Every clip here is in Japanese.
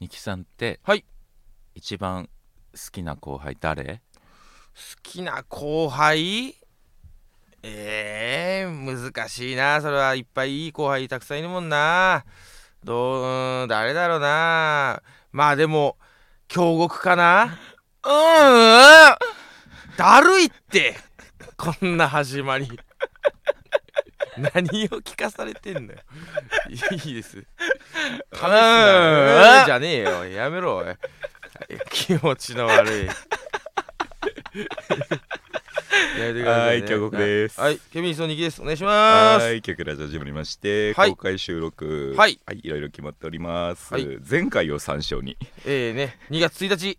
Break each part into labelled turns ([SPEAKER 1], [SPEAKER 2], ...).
[SPEAKER 1] 二木さんって
[SPEAKER 2] はい
[SPEAKER 1] 一番好きな後輩誰
[SPEAKER 2] 好きな後輩えー、難しいなそれはいっぱいいい後輩たくさんいるもんなどううーん誰だろうなまあでも京極かなうーんだるいってこんな始まり何を聞かされてんのよいい です試す
[SPEAKER 1] う
[SPEAKER 2] なうんんじゃねえよやめろおい気持ちの 悪いやめてくださね
[SPEAKER 3] はい京極です
[SPEAKER 2] はいケビンソニキですお願いし
[SPEAKER 3] は
[SPEAKER 2] ます
[SPEAKER 3] ーい、曲ラジオ始まりまして、
[SPEAKER 2] はい
[SPEAKER 3] 公開収録、
[SPEAKER 2] はい
[SPEAKER 3] い、ろいろ決まっております。
[SPEAKER 2] はい
[SPEAKER 3] 前回を参照に
[SPEAKER 2] えー、ね2月1日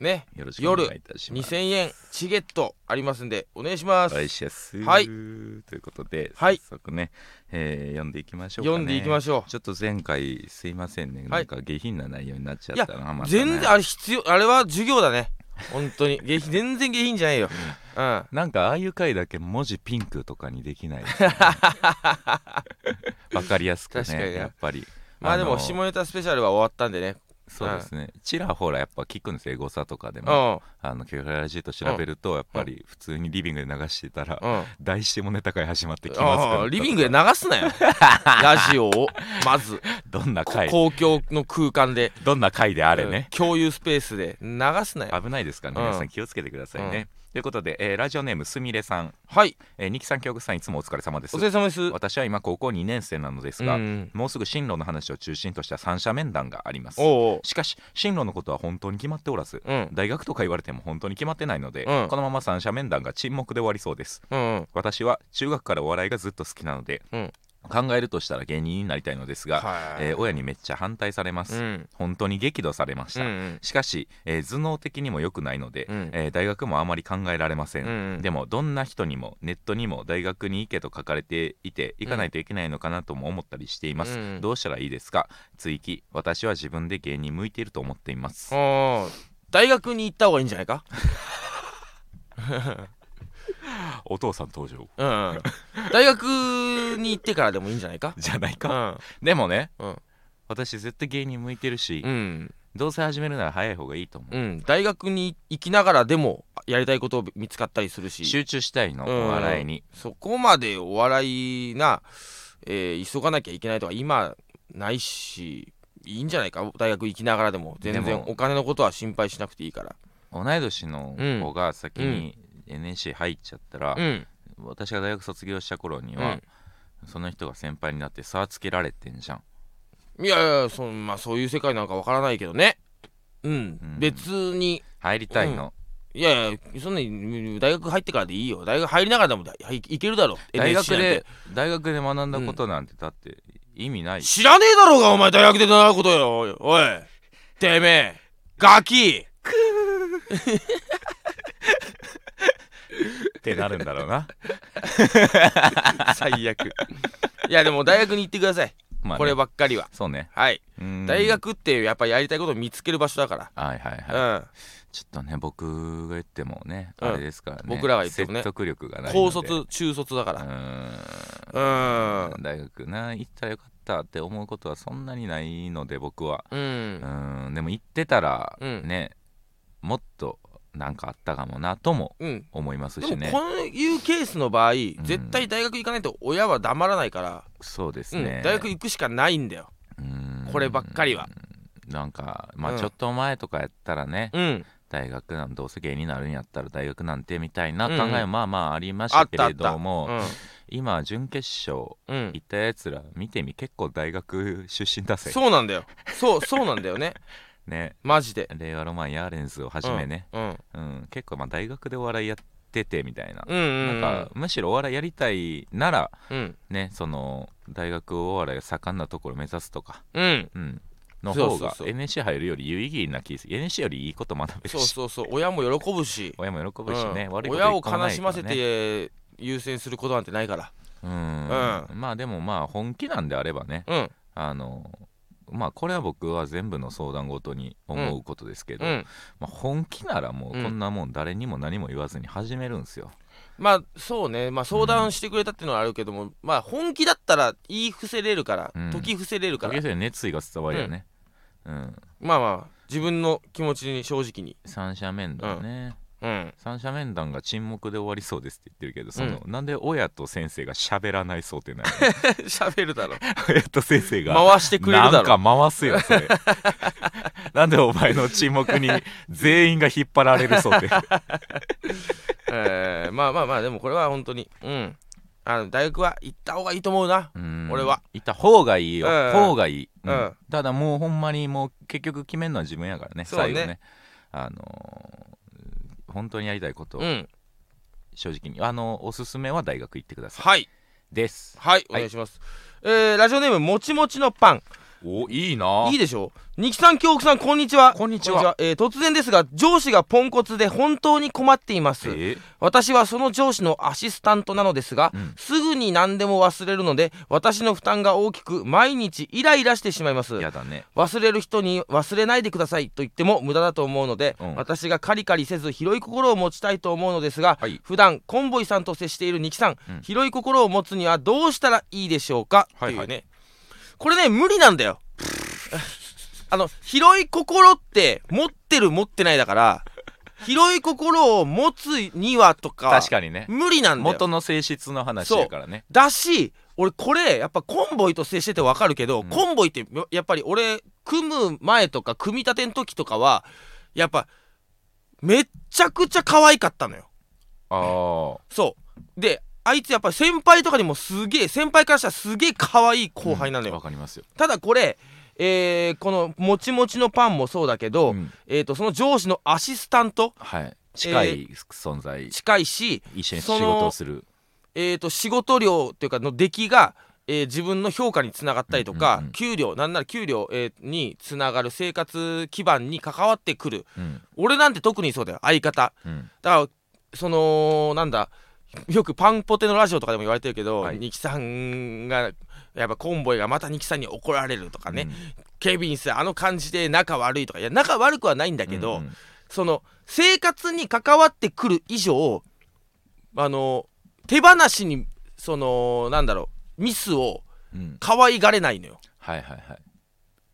[SPEAKER 2] ね
[SPEAKER 3] よろしくお
[SPEAKER 2] 夜
[SPEAKER 3] 願いいたします。
[SPEAKER 2] 2000円チゲットありますんでお願いします
[SPEAKER 3] お願いします。
[SPEAKER 2] はい
[SPEAKER 3] ということで、
[SPEAKER 2] はい
[SPEAKER 3] 早速ね、えー読んでいきましょうか、ね。
[SPEAKER 2] 読んでいきましょ
[SPEAKER 3] ちょっと前回すいませんね、
[SPEAKER 2] い
[SPEAKER 3] なんか下品な内容になっちゃったな、またね
[SPEAKER 2] う全然あれ必要あれは授業だね本当に下品全然下品じゃないようん
[SPEAKER 1] なんかああいう回だけ文字ピンクとかにでき ないですねわ、かりやすく
[SPEAKER 2] 確かに
[SPEAKER 1] ね
[SPEAKER 2] ね
[SPEAKER 1] やっぱり
[SPEAKER 2] まあで
[SPEAKER 1] あ
[SPEAKER 2] も
[SPEAKER 1] の
[SPEAKER 2] 下ネタスペシャルは終わったんでね
[SPEAKER 1] そうですねちらほらやっぱ聞くんですよエゴサとかで
[SPEAKER 2] う
[SPEAKER 1] も
[SPEAKER 2] ん
[SPEAKER 1] あのケフラジーと調べるとやっぱり普通にリビングで流してたら
[SPEAKER 2] うん
[SPEAKER 1] 大下ネタ会始まってきますか
[SPEAKER 2] あ
[SPEAKER 1] ら
[SPEAKER 2] ーリビングで流す なよラジオをまず
[SPEAKER 1] どんな
[SPEAKER 2] こ
[SPEAKER 1] 回
[SPEAKER 2] 公共の空間で
[SPEAKER 1] どんな回であれね
[SPEAKER 2] うん共有スペースで流すなよ
[SPEAKER 1] 危ないですからね
[SPEAKER 2] うん
[SPEAKER 1] 皆さん気をつけてくださいねということでえーラジオネームすみれさん
[SPEAKER 2] はい
[SPEAKER 1] えー二木さん京極さんいつもお疲れ様です
[SPEAKER 2] お疲れ様ですう
[SPEAKER 1] 私は今高校2年生なのですが
[SPEAKER 2] ん
[SPEAKER 1] もうすぐ進路の話を中心とした三者面談があります
[SPEAKER 2] おうおう
[SPEAKER 1] しかし進路のことは本当に決まっておらず
[SPEAKER 2] うん
[SPEAKER 1] 大学とか言われても本当に決まってないので、
[SPEAKER 2] うん
[SPEAKER 1] このまま三者面談が沈黙で終わりそうです
[SPEAKER 2] うんうん
[SPEAKER 1] 私は中学からお笑いがずっと好きなので、
[SPEAKER 2] うん
[SPEAKER 1] 考えるとしたら芸人になりたいのですが、
[SPEAKER 2] はい
[SPEAKER 1] えー親にめっちゃ反対されます、
[SPEAKER 2] うん
[SPEAKER 1] 本当に激怒されまし
[SPEAKER 2] う
[SPEAKER 1] た、
[SPEAKER 2] ん
[SPEAKER 1] しかし、えー頭脳的にも良くないので、
[SPEAKER 2] うん
[SPEAKER 1] えー大学もあまり考えられません、
[SPEAKER 2] うん
[SPEAKER 1] でもどんな人にもネットにも大学に行けと書かれていて行かないといけないのかなとも思ったりしています、
[SPEAKER 2] うん
[SPEAKER 1] どうしたらいいですか追記私は自分で芸人向いていると思っています
[SPEAKER 2] あー大学に行った方がいいんじゃないか
[SPEAKER 1] お父さん登場
[SPEAKER 2] うん 大学に行ってからでもいいんじゃないか
[SPEAKER 1] じゃないうか、
[SPEAKER 2] ん
[SPEAKER 1] でもね、
[SPEAKER 2] うん
[SPEAKER 1] 私絶対芸人向いてるし、
[SPEAKER 2] うん
[SPEAKER 1] どうせ始めるなら早い方がいいと思う、
[SPEAKER 2] うん大学に行きながらでもやりたいことを見つかったりするし
[SPEAKER 1] 集中したいの、
[SPEAKER 2] うん
[SPEAKER 1] お笑いに
[SPEAKER 2] そこまでお笑いな、えー急がなきゃいけないとか今ないしいいんじゃないか大学行きながらでも全
[SPEAKER 1] で
[SPEAKER 2] 然
[SPEAKER 1] も
[SPEAKER 2] お金のことは心配しなくていいから
[SPEAKER 1] 同い年の子が先に NSC 入っちゃったら、
[SPEAKER 2] うん
[SPEAKER 1] 私が大学卒業した頃に
[SPEAKER 2] う
[SPEAKER 1] は
[SPEAKER 2] ん、
[SPEAKER 1] その人が先輩になって差つけられてんじゃん
[SPEAKER 2] いやいやそ,、まあ、そういう世界なんかわからないけどねうん、
[SPEAKER 1] ん
[SPEAKER 2] 別に
[SPEAKER 1] 入りたいの、
[SPEAKER 2] いやいやそんなに大学入ってからでいいよ大学入りながらでもだいいけるだろ
[SPEAKER 1] 大学
[SPEAKER 2] NSC なん
[SPEAKER 1] で
[SPEAKER 2] て
[SPEAKER 1] 大学で学んだことなんてだって意味ない、
[SPEAKER 2] 知らねえだろうがお前大学で習うことよおいてめえガキ
[SPEAKER 3] ってなるんだろうな。
[SPEAKER 2] 最悪いやでも大学に行ってください、
[SPEAKER 1] まあね
[SPEAKER 2] こればっかりは
[SPEAKER 1] そうね
[SPEAKER 2] はい、
[SPEAKER 1] うん
[SPEAKER 2] 大学ってやっぱやりたいことを見つける場所だか
[SPEAKER 1] はいはいはい、
[SPEAKER 2] ら、
[SPEAKER 1] ちょっとね僕が言ってもね、
[SPEAKER 2] うん
[SPEAKER 1] あれですからね
[SPEAKER 2] 僕らが言ってもね
[SPEAKER 1] 説得力が
[SPEAKER 2] う、
[SPEAKER 1] なんいの
[SPEAKER 2] 高
[SPEAKER 1] で
[SPEAKER 2] 卒中卒だか
[SPEAKER 1] う
[SPEAKER 2] ら
[SPEAKER 1] ん
[SPEAKER 2] うん
[SPEAKER 1] 大学な行ったらよかったって思うことはそんなにないので僕は
[SPEAKER 2] うん、
[SPEAKER 1] うんでも行ってたら
[SPEAKER 2] うん
[SPEAKER 1] ね、もっとなんかあったかもなとも
[SPEAKER 2] うん
[SPEAKER 1] 思います
[SPEAKER 2] で
[SPEAKER 1] し
[SPEAKER 2] も
[SPEAKER 1] ね
[SPEAKER 2] こういうケースの場合、
[SPEAKER 1] ん
[SPEAKER 2] 絶対大学行かないと親は黙らないから、
[SPEAKER 1] そうです
[SPEAKER 2] うん
[SPEAKER 1] ね、
[SPEAKER 2] 大学行くしかないんだよ
[SPEAKER 1] うん
[SPEAKER 2] こればっかりは
[SPEAKER 1] なんかま
[SPEAKER 2] う
[SPEAKER 1] あ
[SPEAKER 2] ん
[SPEAKER 1] ちょっと前とかやったらね、
[SPEAKER 2] うん
[SPEAKER 1] 大学なんどうせ芸人になるんやったら大学なんてみたいな
[SPEAKER 2] う
[SPEAKER 1] 考
[SPEAKER 2] んうん
[SPEAKER 1] えもまあまあありました
[SPEAKER 2] あっ
[SPEAKER 1] け
[SPEAKER 2] たあっ
[SPEAKER 1] れ
[SPEAKER 2] た
[SPEAKER 1] ども、今準決勝
[SPEAKER 2] うん、うん
[SPEAKER 1] 行ったやつら見てみ結構大学出身だぜ
[SPEAKER 2] そうなんだよそうそうなんだ よね
[SPEAKER 1] ね
[SPEAKER 2] マジで
[SPEAKER 1] 令和ロマンやアレンズをはじめね、
[SPEAKER 2] うん
[SPEAKER 1] うん、結構まあ大学でお笑いやっててみたいな,、
[SPEAKER 2] うんうん
[SPEAKER 1] なんかむしろお笑いやりたいなら
[SPEAKER 2] うん
[SPEAKER 1] ねその大学お笑いが盛んなところ目指すとか、
[SPEAKER 2] うん
[SPEAKER 1] うん、の
[SPEAKER 2] そう
[SPEAKER 1] 方
[SPEAKER 2] そう
[SPEAKER 1] が
[SPEAKER 2] そう
[SPEAKER 1] NSC 入るより有意義な気 NSC よりいいこと学べるし
[SPEAKER 2] そうそうそう親も喜ぶし
[SPEAKER 1] 親も喜ぶしね、
[SPEAKER 2] うん
[SPEAKER 1] 悪いこと
[SPEAKER 2] 親を
[SPEAKER 1] 一個もな
[SPEAKER 2] 悲
[SPEAKER 1] い
[SPEAKER 2] し
[SPEAKER 1] から
[SPEAKER 2] ませ
[SPEAKER 1] ね
[SPEAKER 2] て優先することなんてないから
[SPEAKER 1] うん、まあでもまあ本気なんであればね
[SPEAKER 2] うん
[SPEAKER 1] あのまあこれは僕は全部の相談ごとに思うことですけど、
[SPEAKER 2] うん
[SPEAKER 1] まあ、本気ならもううんこんなもん誰にも何も言わずに始めるんすよ、
[SPEAKER 2] まあそうね、まあ、相談してくれたっていうのはあるけども、まあ本気だったら言い伏せれるから、
[SPEAKER 1] うん
[SPEAKER 2] 解き伏せれるか
[SPEAKER 1] 武
[SPEAKER 2] ら
[SPEAKER 1] 井さんに熱意が伝わるよね、うん、
[SPEAKER 2] まあまあ自分の気持ちに正直に
[SPEAKER 1] 三者面談ね、
[SPEAKER 2] うん
[SPEAKER 1] 三者面談が沈黙で終わりそうですって言ってるけどその、なんで親と先生が喋らない想定なの
[SPEAKER 2] 喋るだろ
[SPEAKER 1] 親と先生 が
[SPEAKER 2] 回してくれるだ
[SPEAKER 1] な
[SPEAKER 2] ろ
[SPEAKER 1] んか回すよそ れなんでお前の沈黙に全員が引っ張られる そうで
[SPEAKER 2] えーまあまあまあでもこれは本当にうんあの大学は行った方がいいと思うな俺はい
[SPEAKER 1] た方がいいよ、
[SPEAKER 2] うん
[SPEAKER 1] 方がいい、うん
[SPEAKER 2] うん
[SPEAKER 1] ただもうほんまにもう結局決めるのは自分やからね
[SPEAKER 2] そうね
[SPEAKER 1] 最後ねあのー本当にやりたいことを
[SPEAKER 2] うん
[SPEAKER 1] 正直に、あのおすすめは大学行ってください
[SPEAKER 2] はい
[SPEAKER 1] です
[SPEAKER 2] はいお
[SPEAKER 1] はい
[SPEAKER 2] 願いします、えーラジオネームもちもちのパン
[SPEAKER 1] おいいない
[SPEAKER 2] いでしょう二木さん京極さんこんにちは
[SPEAKER 1] こんにちは
[SPEAKER 2] えー突然ですが上司がポンコツで本当に困っています
[SPEAKER 1] え
[SPEAKER 2] 私はその上司のアシスタントなのですが、
[SPEAKER 1] うん
[SPEAKER 2] すぐに何でも忘れるので私の負担が大きく毎日イライラしてしまいます
[SPEAKER 1] やだね
[SPEAKER 2] 忘れる人に忘れないでくださいと言っても無駄だと思うので、
[SPEAKER 1] うん
[SPEAKER 2] 私がカリカリせず広い心を持ちたいと思うのですが、
[SPEAKER 1] はい
[SPEAKER 2] 普段コンボイさんと接している二木さん、
[SPEAKER 1] うん
[SPEAKER 2] 広い心を持つにはどうしたらいいでしょうか、
[SPEAKER 1] はいはい
[SPEAKER 2] っていうねこれね無理なんだよ あの広い心って持ってる持ってないだから広い心を持つにはとか
[SPEAKER 1] 確かにね
[SPEAKER 2] 無理なんだよ
[SPEAKER 1] 元の性質の話やからね
[SPEAKER 2] だし俺これやっぱコンボイと接してて分かるけど、
[SPEAKER 1] ん
[SPEAKER 2] コンボイってやっぱり俺組む前とか組み立ての時とかはやっぱめっちゃくちゃ可愛かったのよ
[SPEAKER 1] ああ
[SPEAKER 2] そうであいつやっぱ先輩とかにもすげえ先輩からしたらすげえ可愛い後輩なのよ、
[SPEAKER 1] わかりますよ
[SPEAKER 2] ただこれえーこのもちもちのパンもそうだけど、
[SPEAKER 1] うん
[SPEAKER 2] えー、とその上司のアシスタント
[SPEAKER 1] はい近い存在
[SPEAKER 2] 近いし、
[SPEAKER 1] 一緒に仕
[SPEAKER 2] その
[SPEAKER 1] 事をする
[SPEAKER 2] えー、と仕事量っていうかの出来が、えー自分の評価につながったりと
[SPEAKER 1] う
[SPEAKER 2] か、
[SPEAKER 1] んうんうん
[SPEAKER 2] 給料なんなら給料、えーにつながる生活基盤に関わってくる
[SPEAKER 1] うん
[SPEAKER 2] 俺なんて特にそうだよ相方
[SPEAKER 1] うん
[SPEAKER 2] だからそのなんだよくパンポテのラジオとかでも言われてるけど、
[SPEAKER 1] はい
[SPEAKER 2] 二木さんがやっぱコンボイがまた二木さんに怒られるとかね、ケビンさんあの感じで仲悪いとかいや仲悪くはないんだ
[SPEAKER 1] うん
[SPEAKER 2] けど、
[SPEAKER 1] うんうん
[SPEAKER 2] その生活に関わってくる以上あの手放しにそのなんだろうミスを
[SPEAKER 1] うん
[SPEAKER 2] 可愛がれないのよ
[SPEAKER 1] はいはいはい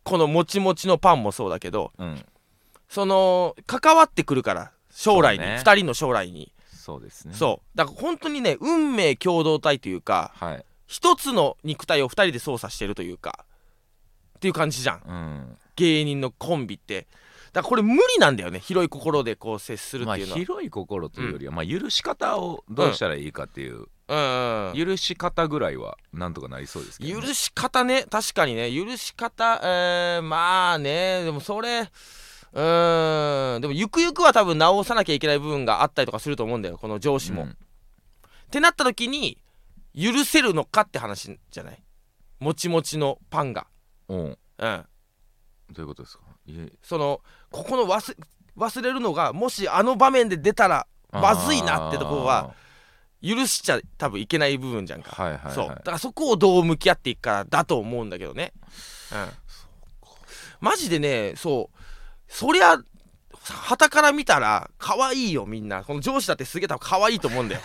[SPEAKER 2] このもちもちのパンもそうだけど
[SPEAKER 1] うん
[SPEAKER 2] その関わってくるから将来に、
[SPEAKER 1] そうね
[SPEAKER 2] 2人の将来に、
[SPEAKER 1] そうですね
[SPEAKER 2] そうだから本当にね運命共同体というか
[SPEAKER 1] はい
[SPEAKER 2] 一つの肉体を2人で操作してるというかっていう感じじゃん
[SPEAKER 1] うん
[SPEAKER 2] 芸人のコンビってだからこれ無理なんだよね広い心でこう接するっ
[SPEAKER 1] まあ
[SPEAKER 2] ていうのは、
[SPEAKER 1] 広い心というよりはまあ許し方をどうしたらいいかっていう
[SPEAKER 2] うんうん、
[SPEAKER 1] 許し方ぐらいはなんとかなりそうですけどね
[SPEAKER 2] 許し方ね確かにね許し方えー、まあねでもそれうーんでもゆくゆくは多分直さなきゃいけない部分があったりとかすると思うんだよこの上司も、
[SPEAKER 1] う
[SPEAKER 2] っ
[SPEAKER 1] ん
[SPEAKER 2] てなった時に許せるのかって話じゃないもちもちのパンが
[SPEAKER 1] うんど
[SPEAKER 2] うん
[SPEAKER 1] ういうことですかいえ
[SPEAKER 2] そのここの忘忘れるのがもしあの場面で出たらまずいなってとこは許しちゃ多分いけない部分じゃん
[SPEAKER 1] あ
[SPEAKER 2] か、
[SPEAKER 1] ーはいはいはい
[SPEAKER 2] そうだからそこをどう向き合っていくかだと思うんだけどねうんマジでねそうそりゃはたから見たら可愛いよみんなこの上司だってすげえ多分可愛いと思う んだよ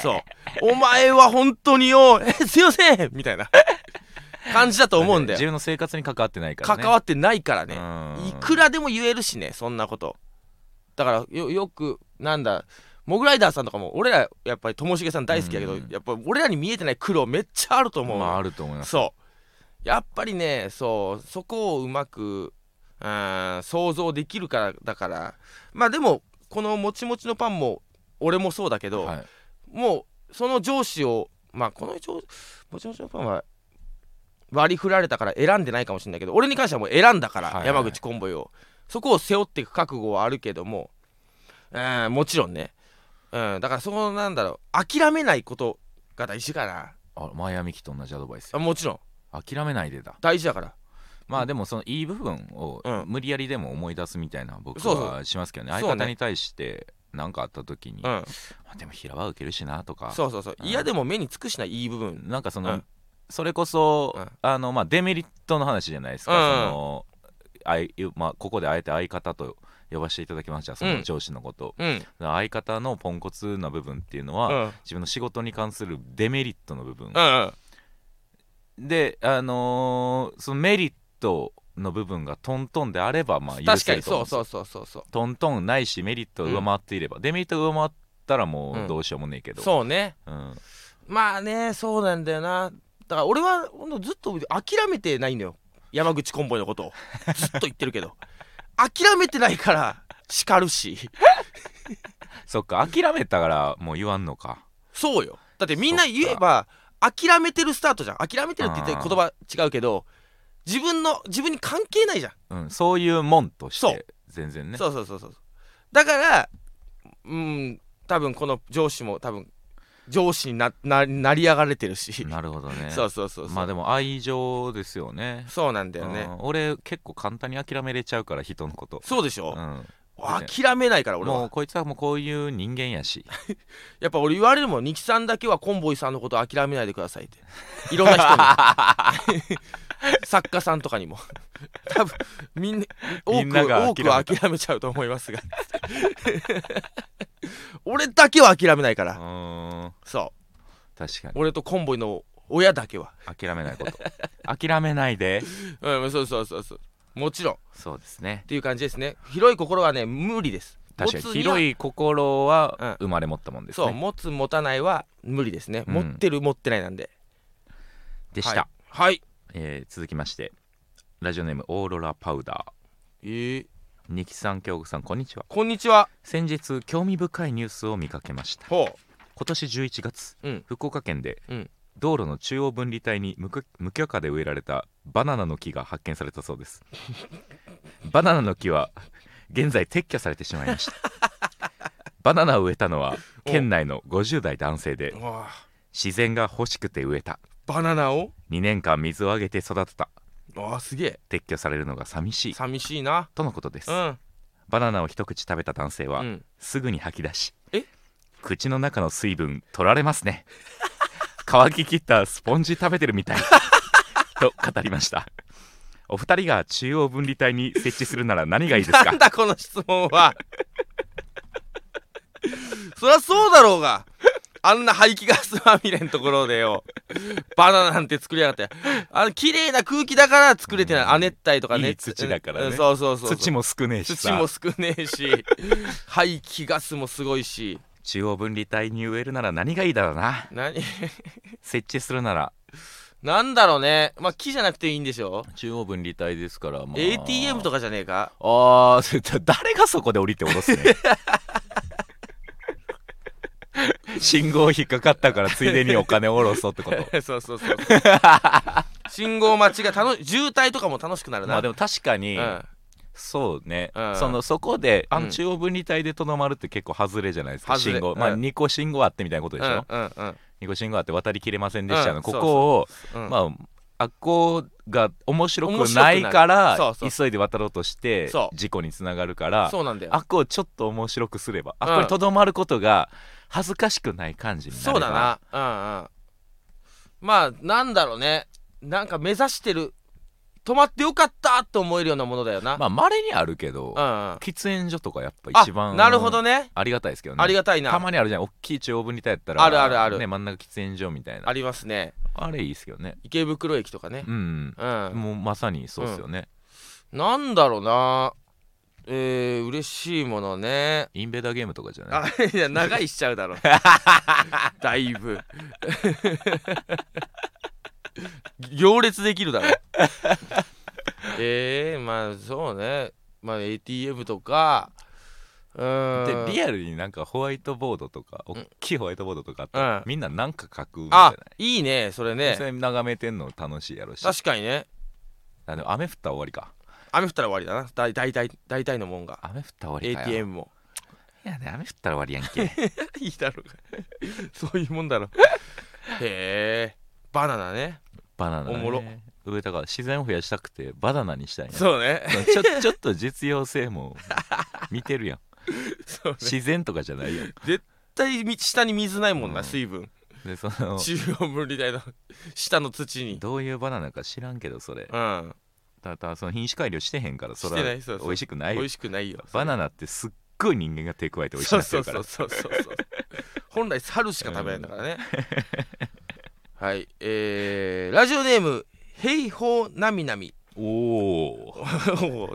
[SPEAKER 2] そうお前は本当によえすいませんみたいな感じだと思うん だ
[SPEAKER 1] 自
[SPEAKER 2] よ
[SPEAKER 1] 分の生活に関わってないから
[SPEAKER 2] 関
[SPEAKER 1] ね
[SPEAKER 2] わってないからね
[SPEAKER 1] うん
[SPEAKER 2] いくらでも言えるしねそんなことだからよよくなんだモグライダーさんとかも俺らやっぱりともしげさん大好きやけど、
[SPEAKER 1] うん
[SPEAKER 2] やっぱ俺らに見えてない苦労めっちゃあると思うの、
[SPEAKER 1] まああると思います
[SPEAKER 2] そうやっぱりねそうそこをうまくうん想像できるからだからまあでもこのもちもちのパンも俺もそうだけど、
[SPEAKER 1] はい
[SPEAKER 2] もうその上司をまあこの上もちもちのパンは割り振られたから選んでないかもしれないけど俺に関してはもう選んだから、
[SPEAKER 1] はいはい
[SPEAKER 2] 山口コンボイをそこを背負っていく覚悟はあるけどもうんもちろんね、うん、だからそのなんだろう諦めないことが大事かな
[SPEAKER 1] あマイアミキと同じアドバイス
[SPEAKER 2] あもちろん
[SPEAKER 1] 諦めないでだ
[SPEAKER 2] 大事だから
[SPEAKER 1] まあでもそのいい部分を
[SPEAKER 2] うん
[SPEAKER 1] 無理やりでも思い出すみたいな僕
[SPEAKER 2] そうそ
[SPEAKER 1] はしますけどね
[SPEAKER 2] そうね
[SPEAKER 1] 相方に対して何かあった時に、
[SPEAKER 2] う
[SPEAKER 1] ま
[SPEAKER 2] ん
[SPEAKER 1] あでも平場受けるしなとか
[SPEAKER 2] そうそうそう
[SPEAKER 1] うん
[SPEAKER 2] 嫌でも目につくしないい部分
[SPEAKER 1] なんかその、
[SPEAKER 2] うん
[SPEAKER 1] それこそ、
[SPEAKER 2] うん
[SPEAKER 1] あのまあデメリットの話じゃないですか、
[SPEAKER 2] うん
[SPEAKER 1] そのあいまあ、ここであえて相方と呼ばせていただきましたその上司のことを、
[SPEAKER 2] うん、うん、
[SPEAKER 1] 相方のポンコツな部分っていうの
[SPEAKER 2] う
[SPEAKER 1] は、
[SPEAKER 2] ん
[SPEAKER 1] 自分の仕事に関するデメリットの部分
[SPEAKER 2] うん
[SPEAKER 1] であのーそのメリットの部分がトントンであればまあ許
[SPEAKER 2] 確
[SPEAKER 1] せ
[SPEAKER 2] か
[SPEAKER 1] る
[SPEAKER 2] に
[SPEAKER 1] と思
[SPEAKER 2] そ
[SPEAKER 1] うん
[SPEAKER 2] う
[SPEAKER 1] ですよ
[SPEAKER 2] そうそうそうそう
[SPEAKER 1] トントンないしメリットを上回っていれば、デメリットが上回ったらもうどうしようもねえけど、
[SPEAKER 2] そうね
[SPEAKER 1] うん
[SPEAKER 2] まあねそうなんだよなだから俺はほんとずっと諦めてないんだよ山口コンボイのことをずっと言ってるけど諦めてないから叱るし
[SPEAKER 1] そっか諦めたからもう言わんのか
[SPEAKER 2] そうよだってみんな言えば諦めてるスタートじゃん諦めてるって言って言葉違うけど自分の自分に関係ないじゃん、
[SPEAKER 1] うん、そういうもんとし
[SPEAKER 2] そう
[SPEAKER 1] て全然ね
[SPEAKER 2] そうそうそうそうだからうん多分この上司も多分上司になななり上がれてるし、
[SPEAKER 1] なるほどね
[SPEAKER 2] そうそうそうそう、
[SPEAKER 1] まあでも愛情ですよね
[SPEAKER 2] そうなんだよね、
[SPEAKER 1] うん俺結構簡単に諦めれちゃうから人のこと、
[SPEAKER 2] そうでしょ
[SPEAKER 1] う、ん、
[SPEAKER 2] 諦めないから俺
[SPEAKER 1] もう
[SPEAKER 2] は
[SPEAKER 1] こいつはもうこういう人間や し
[SPEAKER 2] やっぱ俺言われるもん二木さんだけはコンボイさんのこと諦めないでくださいっていろんな 人に作家さんとかにも多分みんな多
[SPEAKER 1] み
[SPEAKER 2] く
[SPEAKER 1] んなが
[SPEAKER 2] 多く
[SPEAKER 1] 諦めた
[SPEAKER 2] は諦めちゃうと思いますが俺だけは諦めないか
[SPEAKER 1] う
[SPEAKER 2] ら
[SPEAKER 1] ーん
[SPEAKER 2] そ
[SPEAKER 1] 確か
[SPEAKER 2] う俺とコンボイの親だけは
[SPEAKER 1] に諦めないこと諦めないで
[SPEAKER 2] うんそうそうそうそうもちろんっ
[SPEAKER 1] そうですね
[SPEAKER 2] ていう感じですね広い心はね無理です
[SPEAKER 1] 確かに
[SPEAKER 2] 持つは
[SPEAKER 1] 広い心は
[SPEAKER 2] う
[SPEAKER 1] 生まれ持ったもんです
[SPEAKER 2] そう
[SPEAKER 1] ね、
[SPEAKER 2] 持つ持たないは無理ですね、
[SPEAKER 1] うん
[SPEAKER 2] 持ってる持ってないなんで
[SPEAKER 1] でした、
[SPEAKER 2] はい、はい
[SPEAKER 1] えー続きましてラジオネームオーロラパウダ
[SPEAKER 2] えー
[SPEAKER 1] ー二木さん京子さんこんにちは
[SPEAKER 2] こんにちは
[SPEAKER 1] 先日興味深いニュースを見かけました
[SPEAKER 2] ほう
[SPEAKER 1] 今年11月、
[SPEAKER 2] うん
[SPEAKER 1] 福岡県で、
[SPEAKER 2] うん
[SPEAKER 1] 道路の中央分離帯に無許無許可で植えられたバナナの木が発見されたそうです バナナの木は現在撤去されてしまいました バナナを植えたのは県内の50代男性で
[SPEAKER 2] うわあ
[SPEAKER 1] 自然が欲しくて植えた
[SPEAKER 2] バナナを
[SPEAKER 1] 2年間水をあげて育てた
[SPEAKER 2] ああすげえ
[SPEAKER 1] 撤去されるのが寂しい
[SPEAKER 2] 寂しいな
[SPEAKER 1] とのことです、
[SPEAKER 2] うん
[SPEAKER 1] バナナを一口食べた男性は、
[SPEAKER 2] うん
[SPEAKER 1] すぐに吐き出し
[SPEAKER 2] え
[SPEAKER 1] 口の中の水分取られますね乾ききったスポンジ食べてるみたいと語りましたお二人が中央分離帯に設置するなら何がいいです
[SPEAKER 2] な
[SPEAKER 1] か
[SPEAKER 2] んだこの質問は そりゃそうだろうがあんな排気ガスまみれのところでよバナナなんて作りやがってあの綺麗な空気だから作れてない
[SPEAKER 1] うん
[SPEAKER 2] 亜熱帯とかね
[SPEAKER 1] いい土だからね
[SPEAKER 2] うんそうそうそうそう
[SPEAKER 1] 土も少ねえし
[SPEAKER 2] 土
[SPEAKER 1] さ
[SPEAKER 2] も少ねえし排気ガスもすごいし
[SPEAKER 1] 中央分離帯に植えるなら何がいいだろうな
[SPEAKER 2] 何
[SPEAKER 1] 設置するなら
[SPEAKER 2] なんだろうねまあ木じゃなくていいんでしょ
[SPEAKER 1] 中央分離帯ですから、ま
[SPEAKER 2] ATM とかじゃねえか
[SPEAKER 1] ああー 誰がそこで降りて下ろすね 信号引っかかったからついでにお金下ろそうってこと
[SPEAKER 2] そうそうそう信号待ちが楽し渋滞とかも楽しくなるな、
[SPEAKER 1] まあでも確かに、
[SPEAKER 2] うん、
[SPEAKER 1] そうね、
[SPEAKER 2] うん
[SPEAKER 1] そのそこであ
[SPEAKER 2] う
[SPEAKER 1] の
[SPEAKER 2] ん
[SPEAKER 1] 中央分離帯でとどまるって結構外れじゃないですか
[SPEAKER 2] 外れ
[SPEAKER 1] 信号、まあ
[SPEAKER 2] うん
[SPEAKER 1] 2個信号あってみたいなことでしょ、
[SPEAKER 2] うんうん
[SPEAKER 1] 2個信号あって渡りきれませんでしたの、
[SPEAKER 2] うん
[SPEAKER 1] ここを
[SPEAKER 2] うんうん
[SPEAKER 1] まああっこが面白くないから
[SPEAKER 2] 面白くないそうそう
[SPEAKER 1] 急いで渡ろうとして
[SPEAKER 2] そう
[SPEAKER 1] 事故につながるから
[SPEAKER 2] そうなんだよ
[SPEAKER 1] あっこをちょっと面白くすればあっ
[SPEAKER 2] う
[SPEAKER 1] こ
[SPEAKER 2] ん
[SPEAKER 1] にとどまることが恥ずかしくない感じになれば
[SPEAKER 2] そうだなうんうんまあなんだろうねなんか目指してる止まってよかったって思えるようなものだよな、
[SPEAKER 1] まあ稀にあるけど、
[SPEAKER 2] うんうん、
[SPEAKER 1] 喫煙所とかやっぱ
[SPEAKER 2] あ
[SPEAKER 1] 一番
[SPEAKER 2] なるほどね
[SPEAKER 1] ありがたいですけどね
[SPEAKER 2] ありがたいな
[SPEAKER 1] たまにあるじゃん大きい中央分離帯やったら
[SPEAKER 2] あるあるある
[SPEAKER 1] ね、真ん中喫煙所みたいな
[SPEAKER 2] ありますね
[SPEAKER 1] あれいいっすけどね
[SPEAKER 2] 池袋駅とかね
[SPEAKER 1] うん、
[SPEAKER 2] うん、
[SPEAKER 1] もうまさにそうっすよね、
[SPEAKER 2] なんだろうなえー、嬉しいものね
[SPEAKER 1] インベーダーゲームとかじゃない
[SPEAKER 2] あいや長いしちゃ うだろだいぶ行列できるだろえー、まあそうねまあ ATM とかうーん
[SPEAKER 1] でリアルになんかホワイトボードとか大きいホワイトボードとかあって、
[SPEAKER 2] うん
[SPEAKER 1] みんななんか書くんじゃ
[SPEAKER 2] あ
[SPEAKER 1] ない
[SPEAKER 2] いいねそれ
[SPEAKER 1] そ
[SPEAKER 2] ね
[SPEAKER 1] れ眺めてんの楽しいやろし
[SPEAKER 2] 確かにね
[SPEAKER 1] あでも雨降ったら終わりか
[SPEAKER 2] 雨降ったら終わりだなだい大体大体のもんが
[SPEAKER 1] 雨降ったら終わりかよ
[SPEAKER 2] ATM も
[SPEAKER 1] いやね雨降ったら終わりやんけ
[SPEAKER 2] いいだろう がそういうもんだろへえバナナね
[SPEAKER 1] バナナ、ね、
[SPEAKER 2] おもろ
[SPEAKER 1] 植えたから自然を増やしたくてバナナにしたいな
[SPEAKER 2] そうね
[SPEAKER 1] ちょちょっと実用性も見てるやん
[SPEAKER 2] そうね絶
[SPEAKER 1] 自然とかじゃないやん
[SPEAKER 2] 対み下に水ないもんな、
[SPEAKER 1] うん
[SPEAKER 2] 水分
[SPEAKER 1] でその
[SPEAKER 2] 中央分離帯の下の土に
[SPEAKER 1] どういうバナナか知らんけどそれ
[SPEAKER 2] うん
[SPEAKER 1] ただその品種改良してへんからそ
[SPEAKER 2] してな
[SPEAKER 1] れ
[SPEAKER 2] いそうそう
[SPEAKER 1] 美味しくない
[SPEAKER 2] 美
[SPEAKER 1] よ
[SPEAKER 2] 味しくないよ
[SPEAKER 1] バナ
[SPEAKER 2] ナ
[SPEAKER 1] ナってすっごい人間が手加えて美味しい
[SPEAKER 2] そ
[SPEAKER 1] な
[SPEAKER 2] う
[SPEAKER 1] って
[SPEAKER 2] そう
[SPEAKER 1] るか
[SPEAKER 2] そ
[SPEAKER 1] ら
[SPEAKER 2] うそうそうそう本来猿しか食べないん だからねはいえー、ラジオネーム「ヘイホーなみなみ」
[SPEAKER 1] おお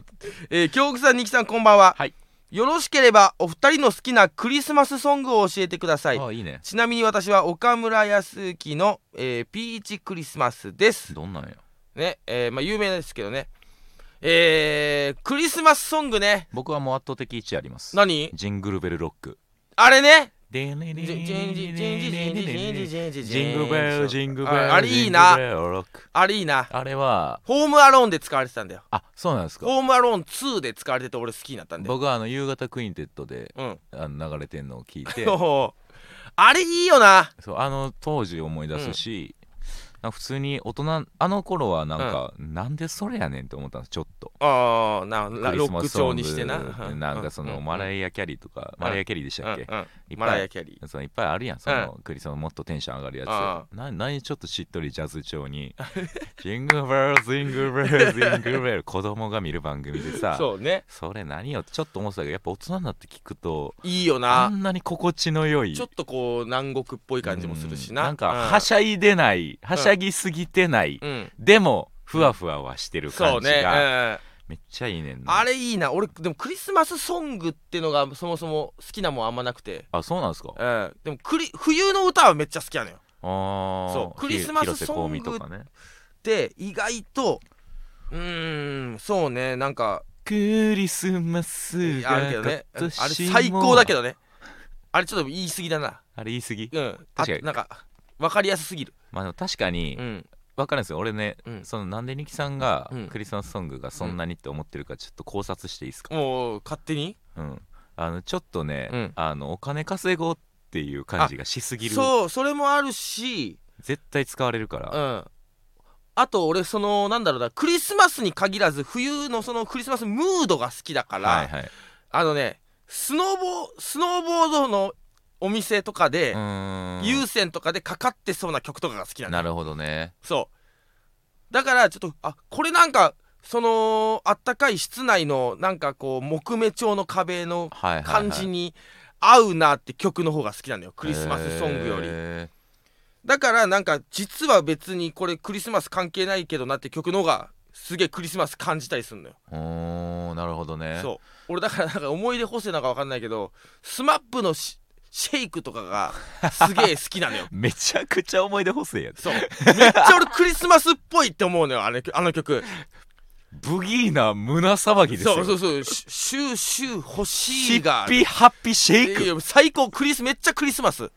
[SPEAKER 2] えー、京極さん、二木さん、こんばんは。
[SPEAKER 1] はい
[SPEAKER 2] よろしければ、お二人の好きなクリスマスソングを教えてください。
[SPEAKER 1] あいいね
[SPEAKER 2] ちなみに私は岡村康之の、えーピーチクリスマスです。
[SPEAKER 1] どんなんや
[SPEAKER 2] ね、えーまあ有名ですけどね。えー、クリスマスソングね。
[SPEAKER 1] 僕はもう圧倒的1位あります
[SPEAKER 2] 何
[SPEAKER 1] ジングルベルロック
[SPEAKER 2] あれね。
[SPEAKER 1] ジング
[SPEAKER 2] ジンジンジンジンジンジンジンジンジンジン
[SPEAKER 1] ルベルジングベル
[SPEAKER 2] ああれいいな
[SPEAKER 1] ジングルベルロック
[SPEAKER 2] あれいいな。
[SPEAKER 1] あれは
[SPEAKER 2] ホームアローンで使われてたんだよ。
[SPEAKER 1] あそうなんですか
[SPEAKER 2] ホームアローン2で使われてて俺好きになったんだよ。
[SPEAKER 1] 僕はあの夕方クインテッドで
[SPEAKER 2] うん。
[SPEAKER 1] あの流れてんのを聞いて
[SPEAKER 2] あれいいよな。
[SPEAKER 1] そうあの当時思い出すし、なんか普通に大人あの頃はなんか、なんでそれやねんって思ったんですちょっと
[SPEAKER 2] ああ、な
[SPEAKER 1] ク
[SPEAKER 2] ロ
[SPEAKER 1] リス
[SPEAKER 2] ッ
[SPEAKER 1] マ
[SPEAKER 2] ク
[SPEAKER 1] スソ
[SPEAKER 2] 調
[SPEAKER 1] ング
[SPEAKER 2] にしてな。
[SPEAKER 1] なんかそのマライア・キャリーとか、
[SPEAKER 2] うん
[SPEAKER 1] マライア・キャリーでし
[SPEAKER 2] ア
[SPEAKER 1] たっけ、いっ
[SPEAKER 2] マラ
[SPEAKER 1] ぱ
[SPEAKER 2] イア・
[SPEAKER 1] い
[SPEAKER 2] キャリ
[SPEAKER 1] そのいっぱいあるやんその、クリスマスもっとテンション上がるや
[SPEAKER 2] あ
[SPEAKER 1] つな何ちょっとしっとりジャズ調に「ジングルベルジングルベルジングルベル」子供が見る番組で
[SPEAKER 2] ー。
[SPEAKER 1] さ
[SPEAKER 2] そうね。
[SPEAKER 1] それ何よってちょっと思ってたけどやっぱ大人になって聞くと
[SPEAKER 2] いいよ
[SPEAKER 1] あ
[SPEAKER 2] な。
[SPEAKER 1] んなに心地の良い
[SPEAKER 2] ちょっとこう南国っぽい感じもするしな。
[SPEAKER 1] うんなんか
[SPEAKER 2] うん
[SPEAKER 1] はしゃいでないはしゃぎすぎてない、
[SPEAKER 2] うん。
[SPEAKER 1] でもふわふわはしてる
[SPEAKER 2] そ
[SPEAKER 1] 感
[SPEAKER 2] う
[SPEAKER 1] じ
[SPEAKER 2] ね。う
[SPEAKER 1] が
[SPEAKER 2] ん
[SPEAKER 1] めっちゃいいねんな
[SPEAKER 2] あれいいな。俺でもクリスマスソングってのがそもそも好きなもんあんまなくて。
[SPEAKER 1] あそうなんですか
[SPEAKER 2] うん。でもクリ冬の歌はめっちゃ好きなのよ。
[SPEAKER 1] ああ
[SPEAKER 2] そうクリスマスソング
[SPEAKER 1] とかね
[SPEAKER 2] で意外とうーんそうねなんか
[SPEAKER 1] クリスマスが
[SPEAKER 2] あるけどね。あ
[SPEAKER 1] 今
[SPEAKER 2] れ
[SPEAKER 1] 年も
[SPEAKER 2] 最高だけどね。あれちょっと言い過ぎだな。
[SPEAKER 1] あれ言い過ぎ
[SPEAKER 2] うん。あ
[SPEAKER 1] 確かに
[SPEAKER 2] なんか分かりやすすぎる。
[SPEAKER 1] まあでも確かに
[SPEAKER 2] うん。
[SPEAKER 1] 分かるんですよ俺ね
[SPEAKER 2] うん
[SPEAKER 1] そのなんでニキさんが
[SPEAKER 2] うん
[SPEAKER 1] クリスマスソングがそんなにって思ってるかちょっと考察していいですか
[SPEAKER 2] もう勝手に
[SPEAKER 1] うんあのちょっと
[SPEAKER 2] う
[SPEAKER 1] ね
[SPEAKER 2] ん
[SPEAKER 1] あのお金稼ごうっていう感じがしすぎる
[SPEAKER 2] そうそれもあるし
[SPEAKER 1] 絶対使われるか
[SPEAKER 2] う
[SPEAKER 1] ら
[SPEAKER 2] んあと俺そのなんだろうなクリスマスに限らず冬のそのクリスマスムードが好きだから、
[SPEAKER 1] はいはい
[SPEAKER 2] あのねスノーボースノーボードのお店とかで
[SPEAKER 1] う、ーん
[SPEAKER 2] 有線とかでかかってそうな曲とかが好きなんだ
[SPEAKER 1] なるほどね
[SPEAKER 2] そうだからちょっとあこれなんかそのあったかい室内のなんかこう木目調の壁の
[SPEAKER 1] はいはい、はい、
[SPEAKER 2] 感じに合うなって曲の方が好きなのよクリスマスソングより、
[SPEAKER 1] へ
[SPEAKER 2] だからなんか実は別にこれクリスマス関係ないけどなって曲の方がすげえクリスマス感じたりするのよ
[SPEAKER 1] ーおーなるほどね
[SPEAKER 2] そう俺だからなんか思い出補正なんかわかんないけどスマップのシシェイクとかがすげえ好きなのよ
[SPEAKER 1] めちゃくちゃ思い出補正やつ
[SPEAKER 2] そうめっちゃ俺クリスマスっぽいって思うのよあれあの曲
[SPEAKER 1] ブギーな胸騒ぎですよ
[SPEAKER 2] そうそうそうシュシュシュ欲し
[SPEAKER 1] ヒ
[SPEAKER 2] いが
[SPEAKER 1] ッピーハッピーシェイ
[SPEAKER 2] い
[SPEAKER 1] ク
[SPEAKER 2] や最高クリスめっちゃクリスマス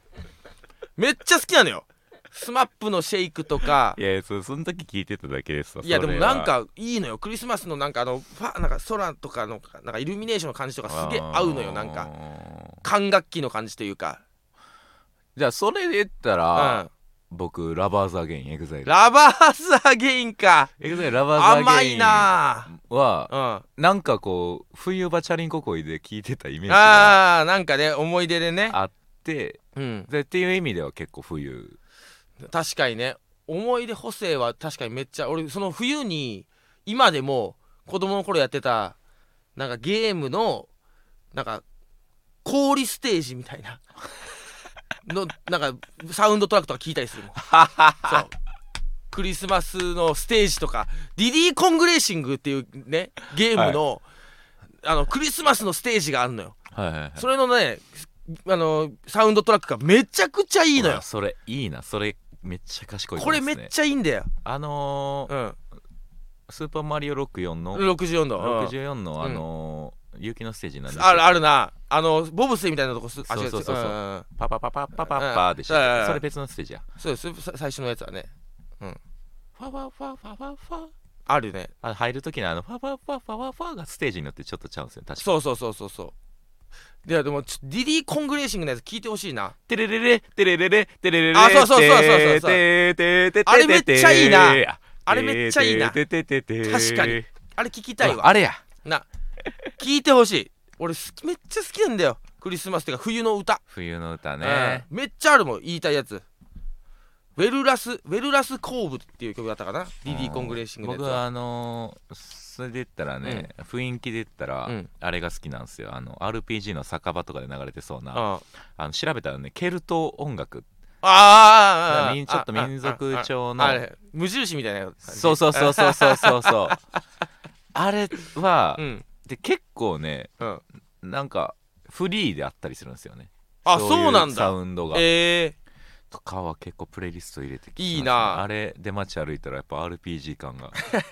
[SPEAKER 2] めっちゃ好きなのよスマップのシェイクとか
[SPEAKER 1] いやそその時聞いてただけですわ
[SPEAKER 2] いや
[SPEAKER 1] そ
[SPEAKER 2] で
[SPEAKER 1] れ
[SPEAKER 2] も
[SPEAKER 1] は
[SPEAKER 2] なんかいいのよクリスマスのなんかあのファなんか空とかのなんかイルミネーションの感じとかすげえ合うのよなんか
[SPEAKER 1] あー
[SPEAKER 2] 管楽器の感じというか、
[SPEAKER 1] じゃあそれで言った
[SPEAKER 2] う
[SPEAKER 1] ら、
[SPEAKER 2] ん、
[SPEAKER 1] 僕ラバーズ・アゲインエグザイル
[SPEAKER 2] ラバーズアゲインか
[SPEAKER 1] エグザイルラバーズ・ア
[SPEAKER 2] 甘
[SPEAKER 1] ゲイ
[SPEAKER 2] い
[SPEAKER 1] ン
[SPEAKER 2] な
[SPEAKER 1] は
[SPEAKER 2] うんあ
[SPEAKER 1] なんかこう冬場チャリンコ恋で聞いてたイメージが
[SPEAKER 2] あーなんかね思い出でね
[SPEAKER 1] あって
[SPEAKER 2] うん
[SPEAKER 1] でっていう意味では結構冬
[SPEAKER 2] 確かにね思い出補正は確かにめっちゃ俺その冬に今でも子供の頃やってたなんかゲームのなんか氷ステージみた いなのなんかサウンドトラックとか聞いたりす るもんそうクリスマスのステージとかディディー・コングレーシングっていうねゲームの,、あのクリスマスのステージがあるのよ
[SPEAKER 1] はいはいはい
[SPEAKER 2] それのねあのサウンドトラックがめちゃくちゃいいの
[SPEAKER 1] う
[SPEAKER 2] よ
[SPEAKER 1] わそれいいなそれめっちゃ賢い
[SPEAKER 2] これめっちゃいいんだよ、
[SPEAKER 1] ゃあのー
[SPEAKER 2] うん、
[SPEAKER 1] スーパーマリオ64の
[SPEAKER 2] 64度、うん
[SPEAKER 1] 64のあのー雪のステージなんです
[SPEAKER 2] あるあるなあのボブスレーみたいなとこすあ
[SPEAKER 1] そうそうそうそう
[SPEAKER 2] 違違んん
[SPEAKER 1] パパパパパパパでし
[SPEAKER 2] う
[SPEAKER 1] た
[SPEAKER 2] ん
[SPEAKER 1] それ別のステージや
[SPEAKER 2] そうですさ最初のやつはね
[SPEAKER 1] ファファファファファファ
[SPEAKER 2] あるね
[SPEAKER 1] あ入る時のあのファファファファファファがステージによってちょっとちゃうんですよ確か
[SPEAKER 2] そうそうそうそうそういやでもちょディディー・コングレーシングのやつ聞いてほしいな
[SPEAKER 1] テレレレテレレレテレレレ
[SPEAKER 2] あそうそうそうそうそうそう
[SPEAKER 1] テーテーテーテーテー
[SPEAKER 2] あれめっちゃいいな
[SPEAKER 1] テー
[SPEAKER 2] あれめっちゃいいな
[SPEAKER 1] テーテーテーテーテー
[SPEAKER 2] 確かにあれ聞きたいわ
[SPEAKER 1] あれや
[SPEAKER 2] な聞いてほしい俺好きめっちゃ好きなんだよクリスマスっていうか冬の歌、
[SPEAKER 1] 冬の歌ね
[SPEAKER 2] うんめっちゃあるもん言いたいやつウェルラスウェルラス・コーブっていう曲だったかなディディー・コングレーシングのやつ
[SPEAKER 1] 僕はあのーそれで言ったらね雰囲気で言ったら
[SPEAKER 2] うん
[SPEAKER 1] あれが好きなんですよあの RPG の酒場とかで流れてそうな
[SPEAKER 2] は
[SPEAKER 1] あの調べたらねケルト音楽
[SPEAKER 2] あーあーあーあー
[SPEAKER 1] 民ちょっと民族調の
[SPEAKER 2] あああれ無印みたいな感じ
[SPEAKER 1] そうそうそうそうそうそうそう あれは、
[SPEAKER 2] うん
[SPEAKER 1] で結構ね
[SPEAKER 2] うん
[SPEAKER 1] なんかフリーであったりするんですよね
[SPEAKER 2] あそう
[SPEAKER 1] い
[SPEAKER 2] なん
[SPEAKER 1] サ
[SPEAKER 2] だ
[SPEAKER 1] ウンドが
[SPEAKER 2] え
[SPEAKER 1] とかは結構プレイリスト入れて聞きますね
[SPEAKER 2] いいな
[SPEAKER 1] あれで街歩いたらやっぱ RPG 感 が
[SPEAKER 2] ー、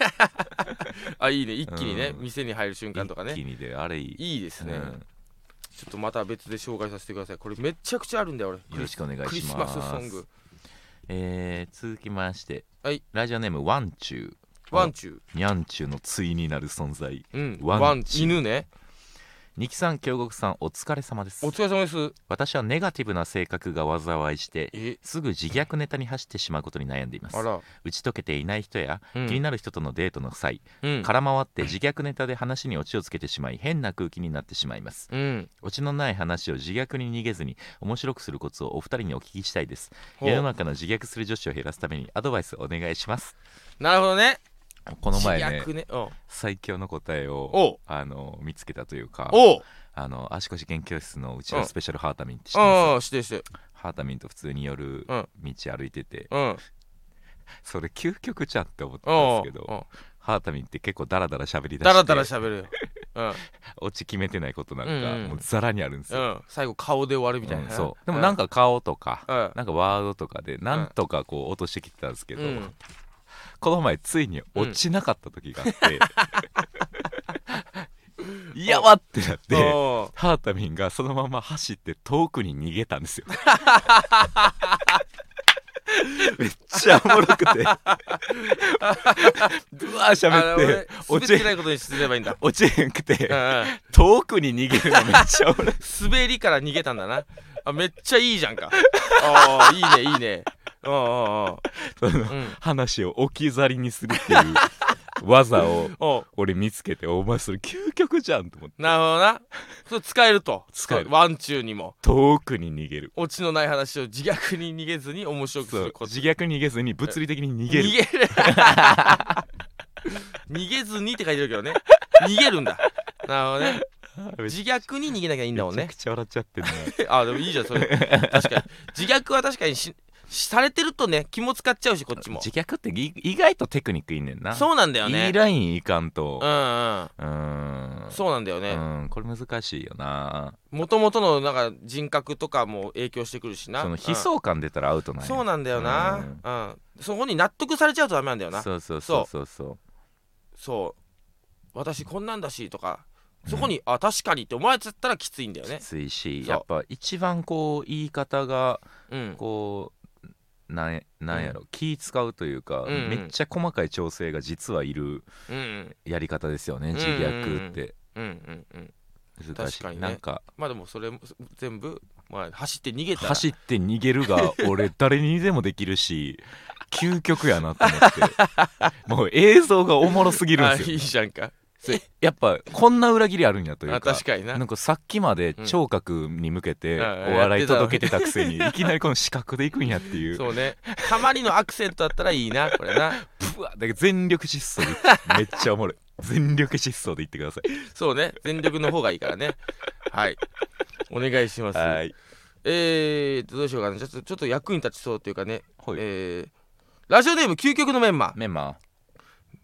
[SPEAKER 2] あいいね一気にね、
[SPEAKER 1] うん
[SPEAKER 2] 店に入る瞬間とか
[SPEAKER 1] 一気
[SPEAKER 2] ね
[SPEAKER 1] にであれいい
[SPEAKER 2] いいですね、
[SPEAKER 1] うん
[SPEAKER 2] ちょっとまた別で紹介させてくださいこれめちゃくちゃあるんだよ俺
[SPEAKER 1] よろしくお願いします
[SPEAKER 2] クリスマスソング
[SPEAKER 1] えー、続きまして、
[SPEAKER 2] はい
[SPEAKER 1] ラジオネームワンチュー
[SPEAKER 2] ワンチュー
[SPEAKER 1] ニャンチューの対になる存在
[SPEAKER 2] うん
[SPEAKER 1] ワン
[SPEAKER 2] ワン
[SPEAKER 1] チュー
[SPEAKER 2] 犬ね
[SPEAKER 1] ニキさん京極さんお疲れ様です
[SPEAKER 2] お疲れ様です
[SPEAKER 1] 私はネガティブな性格が災いして
[SPEAKER 2] え
[SPEAKER 1] すぐ自虐ネタに走ってしまうことに悩んでいます
[SPEAKER 2] あら、
[SPEAKER 1] 打ち解けていない人や
[SPEAKER 2] う
[SPEAKER 1] 気になる人とのデートの際、
[SPEAKER 2] うん
[SPEAKER 1] 空回って自虐ネタで話にオチをつけてしまい変な空気になってしまいます
[SPEAKER 2] うん
[SPEAKER 1] オチのない話を自虐に逃げずに面白くするコツをお二人にお聞きしたいです
[SPEAKER 2] ほう
[SPEAKER 1] 世の中の自虐する女子を減らすためにアドバイスお願いします
[SPEAKER 2] なるほどね
[SPEAKER 1] この前ね
[SPEAKER 2] 自虐ねうん
[SPEAKER 1] 最強の答えを
[SPEAKER 2] おう
[SPEAKER 1] あの見つけたというか
[SPEAKER 2] おう
[SPEAKER 1] あの足腰研究室のうちのスペシャルハータミンって知ってます
[SPEAKER 2] うんしてして
[SPEAKER 1] ハータミンと普通に夜
[SPEAKER 2] うん
[SPEAKER 1] 道歩いてて
[SPEAKER 2] うん
[SPEAKER 1] それ究極じゃんって思った
[SPEAKER 2] お
[SPEAKER 1] ん
[SPEAKER 2] う
[SPEAKER 1] ですけ
[SPEAKER 2] う
[SPEAKER 1] ど
[SPEAKER 2] ん
[SPEAKER 1] ハータミンって結構ダラダラ喋りだ
[SPEAKER 2] だらだ
[SPEAKER 1] し
[SPEAKER 2] ら
[SPEAKER 1] て
[SPEAKER 2] 喋るようん
[SPEAKER 1] オチ決めてないことなん
[SPEAKER 2] うんう
[SPEAKER 1] か
[SPEAKER 2] ん
[SPEAKER 1] もうザラにあるんです
[SPEAKER 2] う
[SPEAKER 1] よ
[SPEAKER 2] ん、最後顔で終わるみたいな、
[SPEAKER 1] うんそうでもなんか顔とか
[SPEAKER 2] うん
[SPEAKER 1] なんかワードとかでなんとかこう落としてきてたんですけど
[SPEAKER 2] うん
[SPEAKER 1] この前ついに落ちなかった時があって やばってなって
[SPEAKER 2] お
[SPEAKER 1] ハータミンがそのまま走って遠くに逃げたん ですよめっちゃおもろく てぶわー
[SPEAKER 2] ーあ
[SPEAKER 1] 喋
[SPEAKER 2] の
[SPEAKER 1] って落
[SPEAKER 2] 俺滑
[SPEAKER 1] ち
[SPEAKER 2] ってないことにすればいい んだ
[SPEAKER 1] 落ちへんくて
[SPEAKER 2] うんうん
[SPEAKER 1] 遠くに逃げるのめっちゃおもろい
[SPEAKER 2] 滑りから逃げたんだなあめっちゃいいじゃ んかあーいいねいいねう
[SPEAKER 1] そ
[SPEAKER 2] ん
[SPEAKER 1] の
[SPEAKER 2] うんうんうん
[SPEAKER 1] 話を置き去りにするっていう技を
[SPEAKER 2] おう
[SPEAKER 1] 俺見つけてお前それ究極じゃんと思って
[SPEAKER 2] なるほどなそれ使えると
[SPEAKER 1] 使える
[SPEAKER 2] ワンチューにも
[SPEAKER 1] 遠くに逃げる
[SPEAKER 2] オチのない話を自虐に逃げずに面白くす
[SPEAKER 1] そう
[SPEAKER 2] ること
[SPEAKER 1] 自虐に逃げずに物理的に逃
[SPEAKER 2] 逃
[SPEAKER 1] げ
[SPEAKER 2] げ
[SPEAKER 1] る
[SPEAKER 2] る 逃げずにって書いてるけどね逃げるんだなるほ どね
[SPEAKER 1] め
[SPEAKER 2] 自虐に逃げなきゃいいんだもん
[SPEAKER 1] めちゃ
[SPEAKER 2] ね
[SPEAKER 1] くちゃ笑っちゃってんな
[SPEAKER 2] あでもいいじゃんそれ確かに自虐は確かにししされてるとね気も使っちゃうしこっちも
[SPEAKER 1] 自虐ってぎ意外とテクニックいいねんな
[SPEAKER 2] そうなんだよ
[SPEAKER 1] いい
[SPEAKER 2] ね
[SPEAKER 1] ラインいかん
[SPEAKER 2] う
[SPEAKER 1] と
[SPEAKER 2] んうん
[SPEAKER 1] うーん
[SPEAKER 2] そうなんだよね
[SPEAKER 1] うんこれ難しいよな
[SPEAKER 2] もともとのなんか人格とかも影響してくるしな
[SPEAKER 1] その悲
[SPEAKER 2] う
[SPEAKER 1] 壮感出たらアウトなん
[SPEAKER 2] ん
[SPEAKER 1] や
[SPEAKER 2] そうなんだよなうんそこに納得されちゃうとダメなんだよな
[SPEAKER 1] そうそうそうそうそう
[SPEAKER 2] そう私こんなんだしとかそこに、あ確かにって思われちゃったらきついんだよね
[SPEAKER 1] きついし
[SPEAKER 2] そう
[SPEAKER 1] やっぱ一番こう言い方が
[SPEAKER 2] うん
[SPEAKER 1] こうなんなんやろ気使うというか
[SPEAKER 2] うんうん
[SPEAKER 1] めっちゃ細かい調整が実はいる
[SPEAKER 2] うんうん
[SPEAKER 1] やり方ですよね
[SPEAKER 2] んうん
[SPEAKER 1] 自
[SPEAKER 2] うん
[SPEAKER 1] 虐って
[SPEAKER 2] うんうんうん
[SPEAKER 1] 難し
[SPEAKER 2] 確か
[SPEAKER 1] い
[SPEAKER 2] にね
[SPEAKER 1] なんか
[SPEAKER 2] まあでもそれも全部、まあ、走って逃げたら
[SPEAKER 1] 走って逃げる が俺誰にでもできるし究極やなと思って もう映像がおもろすぎるんです
[SPEAKER 2] あい
[SPEAKER 1] よ
[SPEAKER 2] いじゃんか
[SPEAKER 1] やっぱこんな裏切りあるんやという
[SPEAKER 2] あ
[SPEAKER 1] か
[SPEAKER 2] 確かにな
[SPEAKER 1] なんかさっきまで聴覚に向けて
[SPEAKER 2] う
[SPEAKER 1] お
[SPEAKER 2] ん
[SPEAKER 1] 笑い届けてたくせにいきなりこの視覚でいくんやって いう
[SPEAKER 2] そうねたまにのアクセントだったらいいなこれな
[SPEAKER 1] ブワーだから全力疾走で めっちゃおもろい全力疾走で言ってください
[SPEAKER 2] そうね全力の方がいいからねはいお願いします
[SPEAKER 1] はい
[SPEAKER 2] えーっとどうしようかなちょっとちょっと役に立ちそうというかね、
[SPEAKER 1] ほい
[SPEAKER 2] えーラジオネーム究極のメンマ
[SPEAKER 1] メンマ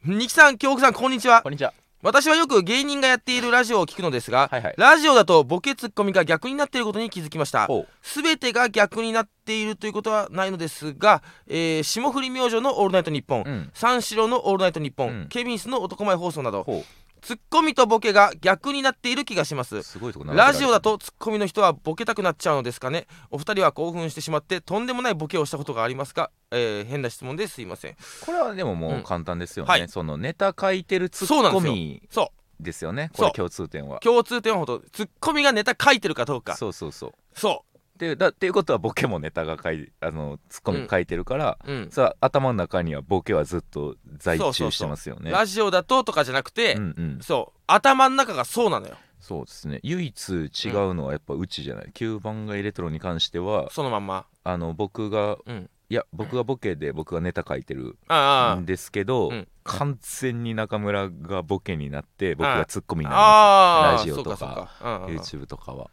[SPEAKER 2] 二木さん京極さんこんにちは
[SPEAKER 1] こんにちは
[SPEAKER 2] 私はよく芸人がやっているラジオを聞くのですが、
[SPEAKER 1] はいはい
[SPEAKER 2] ラジオだとボケツッコミが逆になっていることに気づきました
[SPEAKER 1] ほう
[SPEAKER 2] 全てが逆になっているということはないのですが、えー霜降り明星の「オールナイトニッポン」
[SPEAKER 1] うん
[SPEAKER 2] 三四郎の「オールナイトニッポン」
[SPEAKER 1] うん
[SPEAKER 2] ケビンスの「男前放送」など
[SPEAKER 1] ほ
[SPEAKER 2] ツッコミとボケが逆になっている気がしま
[SPEAKER 1] う
[SPEAKER 2] す
[SPEAKER 1] すごいとこ並べられ
[SPEAKER 2] ラ
[SPEAKER 1] て
[SPEAKER 2] ジ
[SPEAKER 1] る
[SPEAKER 2] オだとツッコミの人はボケたくなっちゃうのですかねお二人は興奮してしまってとんでもないボケをしたことがありますか、えー変な質問ですいません
[SPEAKER 1] これはでもも
[SPEAKER 2] う
[SPEAKER 1] うん簡単ですよね、
[SPEAKER 2] はい
[SPEAKER 1] そのネタ書いてるツッコミ
[SPEAKER 2] そう
[SPEAKER 1] ですよね
[SPEAKER 2] そう
[SPEAKER 1] これ共通点は
[SPEAKER 2] 共通点はほどツッコミがネタ書いてるかどうか
[SPEAKER 1] そうそうそう
[SPEAKER 2] そ
[SPEAKER 1] でだっていうことはボケもネタが書いあのツッコミ書いてるから、
[SPEAKER 2] う、うん、
[SPEAKER 1] さ頭の中にはボケはずっと在中してますよね
[SPEAKER 2] ラジオだととかじゃなくて、
[SPEAKER 1] うんうん
[SPEAKER 2] そう頭の中がそうなのよ
[SPEAKER 1] そうですね唯一違うのはやっぱうちじゃない、9番街レトロに関しては
[SPEAKER 2] そのまんま
[SPEAKER 1] あの僕が
[SPEAKER 2] うん
[SPEAKER 1] いや僕がボケで僕がネタ書いてる
[SPEAKER 2] あ
[SPEAKER 1] んですけど、
[SPEAKER 2] うん
[SPEAKER 1] 完全に中村がボケになって僕がツッコミ
[SPEAKER 2] あ
[SPEAKER 1] になりま
[SPEAKER 2] ああ
[SPEAKER 1] ラジオとか
[SPEAKER 2] そうかそうか、うんうんうん
[SPEAKER 1] YouTube とかは
[SPEAKER 2] か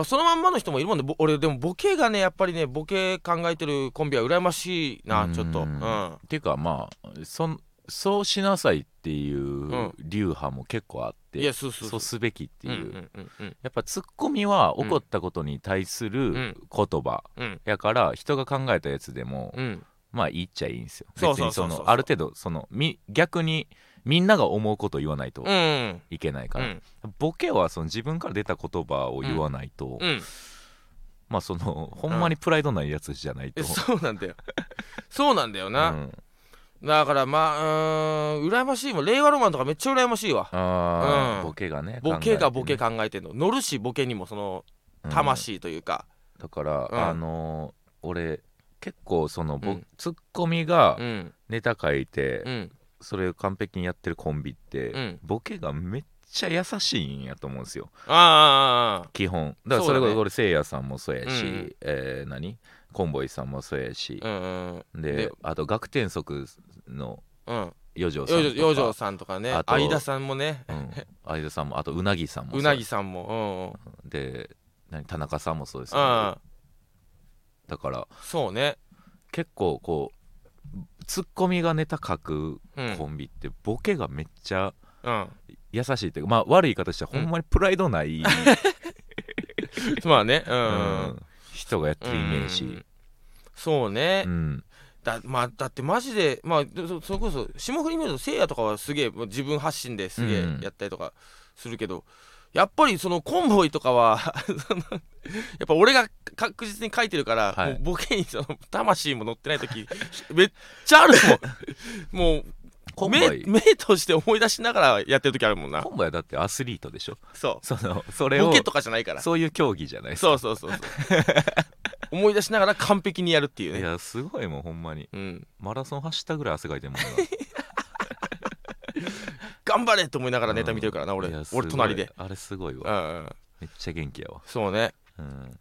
[SPEAKER 2] らそのまんまの人もいるもんねぼ俺でもボケがねやっぱりねボケ考えてるコンビは羨ましいな
[SPEAKER 1] うん
[SPEAKER 2] ちょっとうん
[SPEAKER 1] っていうかまあそんそうしなさいっていうんう流派も結構あって、
[SPEAKER 2] いやそうそう
[SPEAKER 1] そ
[SPEAKER 2] そう
[SPEAKER 1] うすべきって
[SPEAKER 2] うん
[SPEAKER 1] いうう、
[SPEAKER 2] んうんうん
[SPEAKER 1] やっぱツッコミは起こったことに対する
[SPEAKER 2] ん
[SPEAKER 1] 言葉
[SPEAKER 2] うん
[SPEAKER 1] やから人が考えたやつでも、
[SPEAKER 2] うん
[SPEAKER 1] まあ言っちゃいいんですよ
[SPEAKER 2] そうそうそうそう
[SPEAKER 1] 別にのある程度そのみ逆にみんなが思うことを言わないと
[SPEAKER 2] うん
[SPEAKER 1] いけないか
[SPEAKER 2] う
[SPEAKER 1] ら、
[SPEAKER 2] ん
[SPEAKER 1] ボケはその自分から出た言葉を言わないと、
[SPEAKER 2] うん
[SPEAKER 1] まあそのほんまにプライドないやつじゃないと、
[SPEAKER 2] えそうなんだよ そうなんだよ
[SPEAKER 1] う
[SPEAKER 2] な、
[SPEAKER 1] ん
[SPEAKER 2] だからまあうーん羨ましいもん令和ロマンとかめっちゃ羨ましいわ
[SPEAKER 1] あー
[SPEAKER 2] うん
[SPEAKER 1] ボケがね
[SPEAKER 2] ボケがボケ
[SPEAKER 1] 考
[SPEAKER 2] 考えてんの乗るしボケにもその
[SPEAKER 1] えてね
[SPEAKER 2] 魂というか
[SPEAKER 1] うんだから、
[SPEAKER 2] うん
[SPEAKER 1] あのー俺結構そのぼ、
[SPEAKER 2] うん
[SPEAKER 1] ツッコミが
[SPEAKER 2] うん
[SPEAKER 1] ネタ書いて、
[SPEAKER 2] うん
[SPEAKER 1] それを完璧にやってるコンビって、
[SPEAKER 2] うん
[SPEAKER 1] ボケがめっちゃ優しいんやと思うんですよ
[SPEAKER 2] ああ
[SPEAKER 1] 基本だから
[SPEAKER 2] そ
[SPEAKER 1] そう
[SPEAKER 2] だ
[SPEAKER 1] れ
[SPEAKER 2] ね
[SPEAKER 1] こそ俺せいやさんもそうやし、
[SPEAKER 2] うん
[SPEAKER 1] えー何コンボイさんもそうやし
[SPEAKER 2] あ、あうんうん
[SPEAKER 1] で
[SPEAKER 2] で
[SPEAKER 1] あと学天則の
[SPEAKER 2] うん
[SPEAKER 1] 四条さんとか
[SPEAKER 2] 四条四条さんとかね
[SPEAKER 1] あと
[SPEAKER 2] 相田さんもね
[SPEAKER 1] うん相田さんもあとうなぎさんもそうう
[SPEAKER 2] なぎさんも
[SPEAKER 1] で何田中さんもそうです
[SPEAKER 2] うんう
[SPEAKER 1] よね
[SPEAKER 2] んうん
[SPEAKER 1] だから
[SPEAKER 2] そうね
[SPEAKER 1] 結構こうツッコミがネタ書く
[SPEAKER 2] うん
[SPEAKER 1] コンビってボケがめっちゃ
[SPEAKER 2] うん
[SPEAKER 1] 優しいっていうかまあ悪い言い方してほんまにプライドない、
[SPEAKER 2] まあねう
[SPEAKER 1] うん
[SPEAKER 2] ん
[SPEAKER 1] 人がやってるイメー
[SPEAKER 2] う
[SPEAKER 1] ジ
[SPEAKER 2] ん、そうね
[SPEAKER 1] うん
[SPEAKER 2] だ,、まあ、だってマジで、まあ、そそれこそ霜降り明星せいやとかはすげえもう自分発信ですげえ
[SPEAKER 1] うん
[SPEAKER 2] やったりとかするけど、やっぱりそのコンボイとかは そのやっぱ俺が確実に書いてるから、
[SPEAKER 1] はい
[SPEAKER 2] もうボケにその魂も乗ってない時 めっちゃある もんも
[SPEAKER 1] コ
[SPEAKER 2] う
[SPEAKER 1] ンボ
[SPEAKER 2] 目
[SPEAKER 1] イ
[SPEAKER 2] 目として思い出しながらやってる時あるもんな
[SPEAKER 1] コンボイはだってアスリートでしょ
[SPEAKER 2] そ
[SPEAKER 1] そのそうれ
[SPEAKER 2] ボ
[SPEAKER 1] を
[SPEAKER 2] ケとかじゃないからそ
[SPEAKER 1] そういう競技じゃないですか
[SPEAKER 2] うそうそうそう 思い出しながら完璧にやるっていう
[SPEAKER 1] い
[SPEAKER 2] ね
[SPEAKER 1] やすごいもうほんまに
[SPEAKER 2] うん、
[SPEAKER 1] マラソン走ったぐらい汗かいてるもんな
[SPEAKER 2] 頑張れって思いながらネタ見てるからな、俺
[SPEAKER 1] いやすごい
[SPEAKER 2] 俺隣で
[SPEAKER 1] あれすごい
[SPEAKER 2] うん
[SPEAKER 1] わ
[SPEAKER 2] うん
[SPEAKER 1] めっちゃ元気やわ
[SPEAKER 2] そうね。
[SPEAKER 1] うん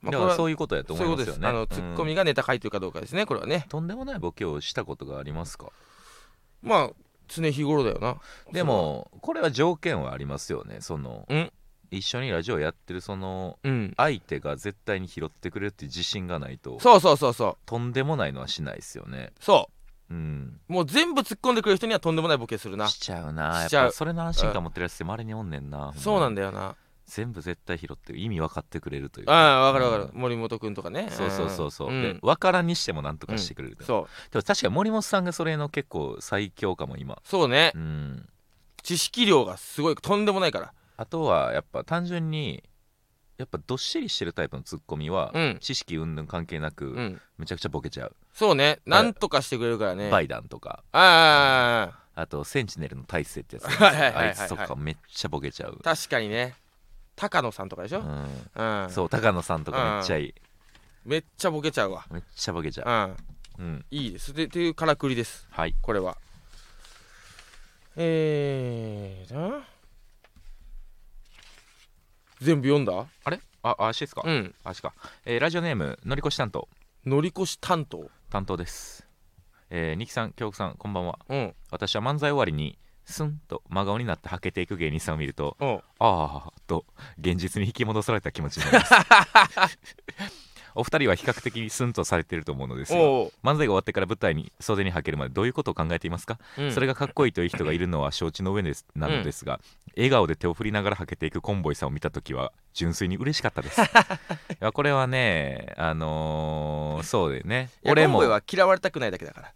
[SPEAKER 2] ま
[SPEAKER 1] だか
[SPEAKER 2] あ、これ
[SPEAKER 1] ら
[SPEAKER 2] は
[SPEAKER 1] そ
[SPEAKER 2] そう
[SPEAKER 1] ういうことやと
[SPEAKER 2] いう
[SPEAKER 1] 思い
[SPEAKER 2] こ
[SPEAKER 1] ま
[SPEAKER 2] と
[SPEAKER 1] す
[SPEAKER 2] で
[SPEAKER 1] よ
[SPEAKER 2] す。
[SPEAKER 1] ね
[SPEAKER 2] あのツッコ
[SPEAKER 1] うん
[SPEAKER 2] ミがネタ書いてるかどうかですね、これはね。
[SPEAKER 1] とんでもないボケをしたことがありますか
[SPEAKER 2] まあ、常日頃だよな。
[SPEAKER 1] でもこれは条件はありますよねその
[SPEAKER 2] ん
[SPEAKER 1] 一緒にラジオやってるその
[SPEAKER 2] それは、うん。
[SPEAKER 1] 相手が絶対に拾ってくれるっていう自信がないと
[SPEAKER 2] そうそうそうそう。
[SPEAKER 1] とんでもないのはしないですよね
[SPEAKER 2] そ
[SPEAKER 1] うん
[SPEAKER 2] う。もう全部突っ込んでくれる人にはとんでもないボケするな
[SPEAKER 1] し。ちゃうなや
[SPEAKER 2] し
[SPEAKER 1] っ
[SPEAKER 2] ちゃう
[SPEAKER 1] ぱそれの安心感持ってるやつってまれにおんねんな
[SPEAKER 2] そうなん
[SPEAKER 1] だ
[SPEAKER 2] だよな。
[SPEAKER 1] 全部絶対拾って意味分かってくれるという
[SPEAKER 2] ああ、わかるわかる。
[SPEAKER 1] うん
[SPEAKER 2] 森本くんとかね。
[SPEAKER 1] そうそうそうそう、
[SPEAKER 2] ん
[SPEAKER 1] で分からんにしても何とかしてくれる、
[SPEAKER 2] そう。
[SPEAKER 1] でも確かに森本さんがそれの結構最強かも今
[SPEAKER 2] そうね
[SPEAKER 1] う。ん
[SPEAKER 2] 知識量がすごい、とんでもないから。
[SPEAKER 1] あとはやっぱ単純にやっぱどっしりしてるタイプのツッコミは、
[SPEAKER 2] うん
[SPEAKER 1] 知識云々関係なく、
[SPEAKER 2] うん。
[SPEAKER 1] めちゃくちゃボケちゃう、
[SPEAKER 2] そうね。なんとかしてくれるからね。
[SPEAKER 1] バ
[SPEAKER 2] イ。
[SPEAKER 1] イダンとか
[SPEAKER 2] ああ、
[SPEAKER 1] あとセンチネルの大勢ってやつ
[SPEAKER 2] はいはいはいはいはい
[SPEAKER 1] あいつとかめっちゃボケちゃう、
[SPEAKER 2] 確かにね。高野さんとかでし
[SPEAKER 1] う
[SPEAKER 2] ょ。
[SPEAKER 1] ん、
[SPEAKER 2] うん。
[SPEAKER 1] そう高野さんとかめっちゃいい、
[SPEAKER 2] めっちゃボケちゃうわ。
[SPEAKER 1] めっちゃボケちゃ
[SPEAKER 2] うん。
[SPEAKER 1] う、うん、
[SPEAKER 2] いいです。で、というからくりです。
[SPEAKER 1] はい
[SPEAKER 2] これはえーだ全部読んだ
[SPEAKER 1] あれあ足ですか、
[SPEAKER 2] うん
[SPEAKER 1] 足か、えーラジオネームのりこし担当
[SPEAKER 2] 乗り越し担当
[SPEAKER 1] 担当ですえー、ニキさん京子さんこんばんは
[SPEAKER 2] うん
[SPEAKER 1] 私は漫才終わりにスンと真顔になってはけていく芸人さんを見ると
[SPEAKER 2] うん
[SPEAKER 1] ああと現実に引き戻された気持ちになります お二人は比較的スンとされていると思うのですが
[SPEAKER 2] おう
[SPEAKER 1] 漫才が終わってから舞台に袖にはけるまでどういうことを考えていますか、
[SPEAKER 2] うん
[SPEAKER 1] それがかっこいいという人がいるのは承知の上ですなのですが、笑顔で手を振りながらはけていくコンボイさんを見た時は純粋に嬉しかった ですいやこれはねあのーそうだよね
[SPEAKER 2] いや
[SPEAKER 1] 俺
[SPEAKER 2] コン
[SPEAKER 1] も
[SPEAKER 2] ボイは嫌われたくないだけだから
[SPEAKER 1] い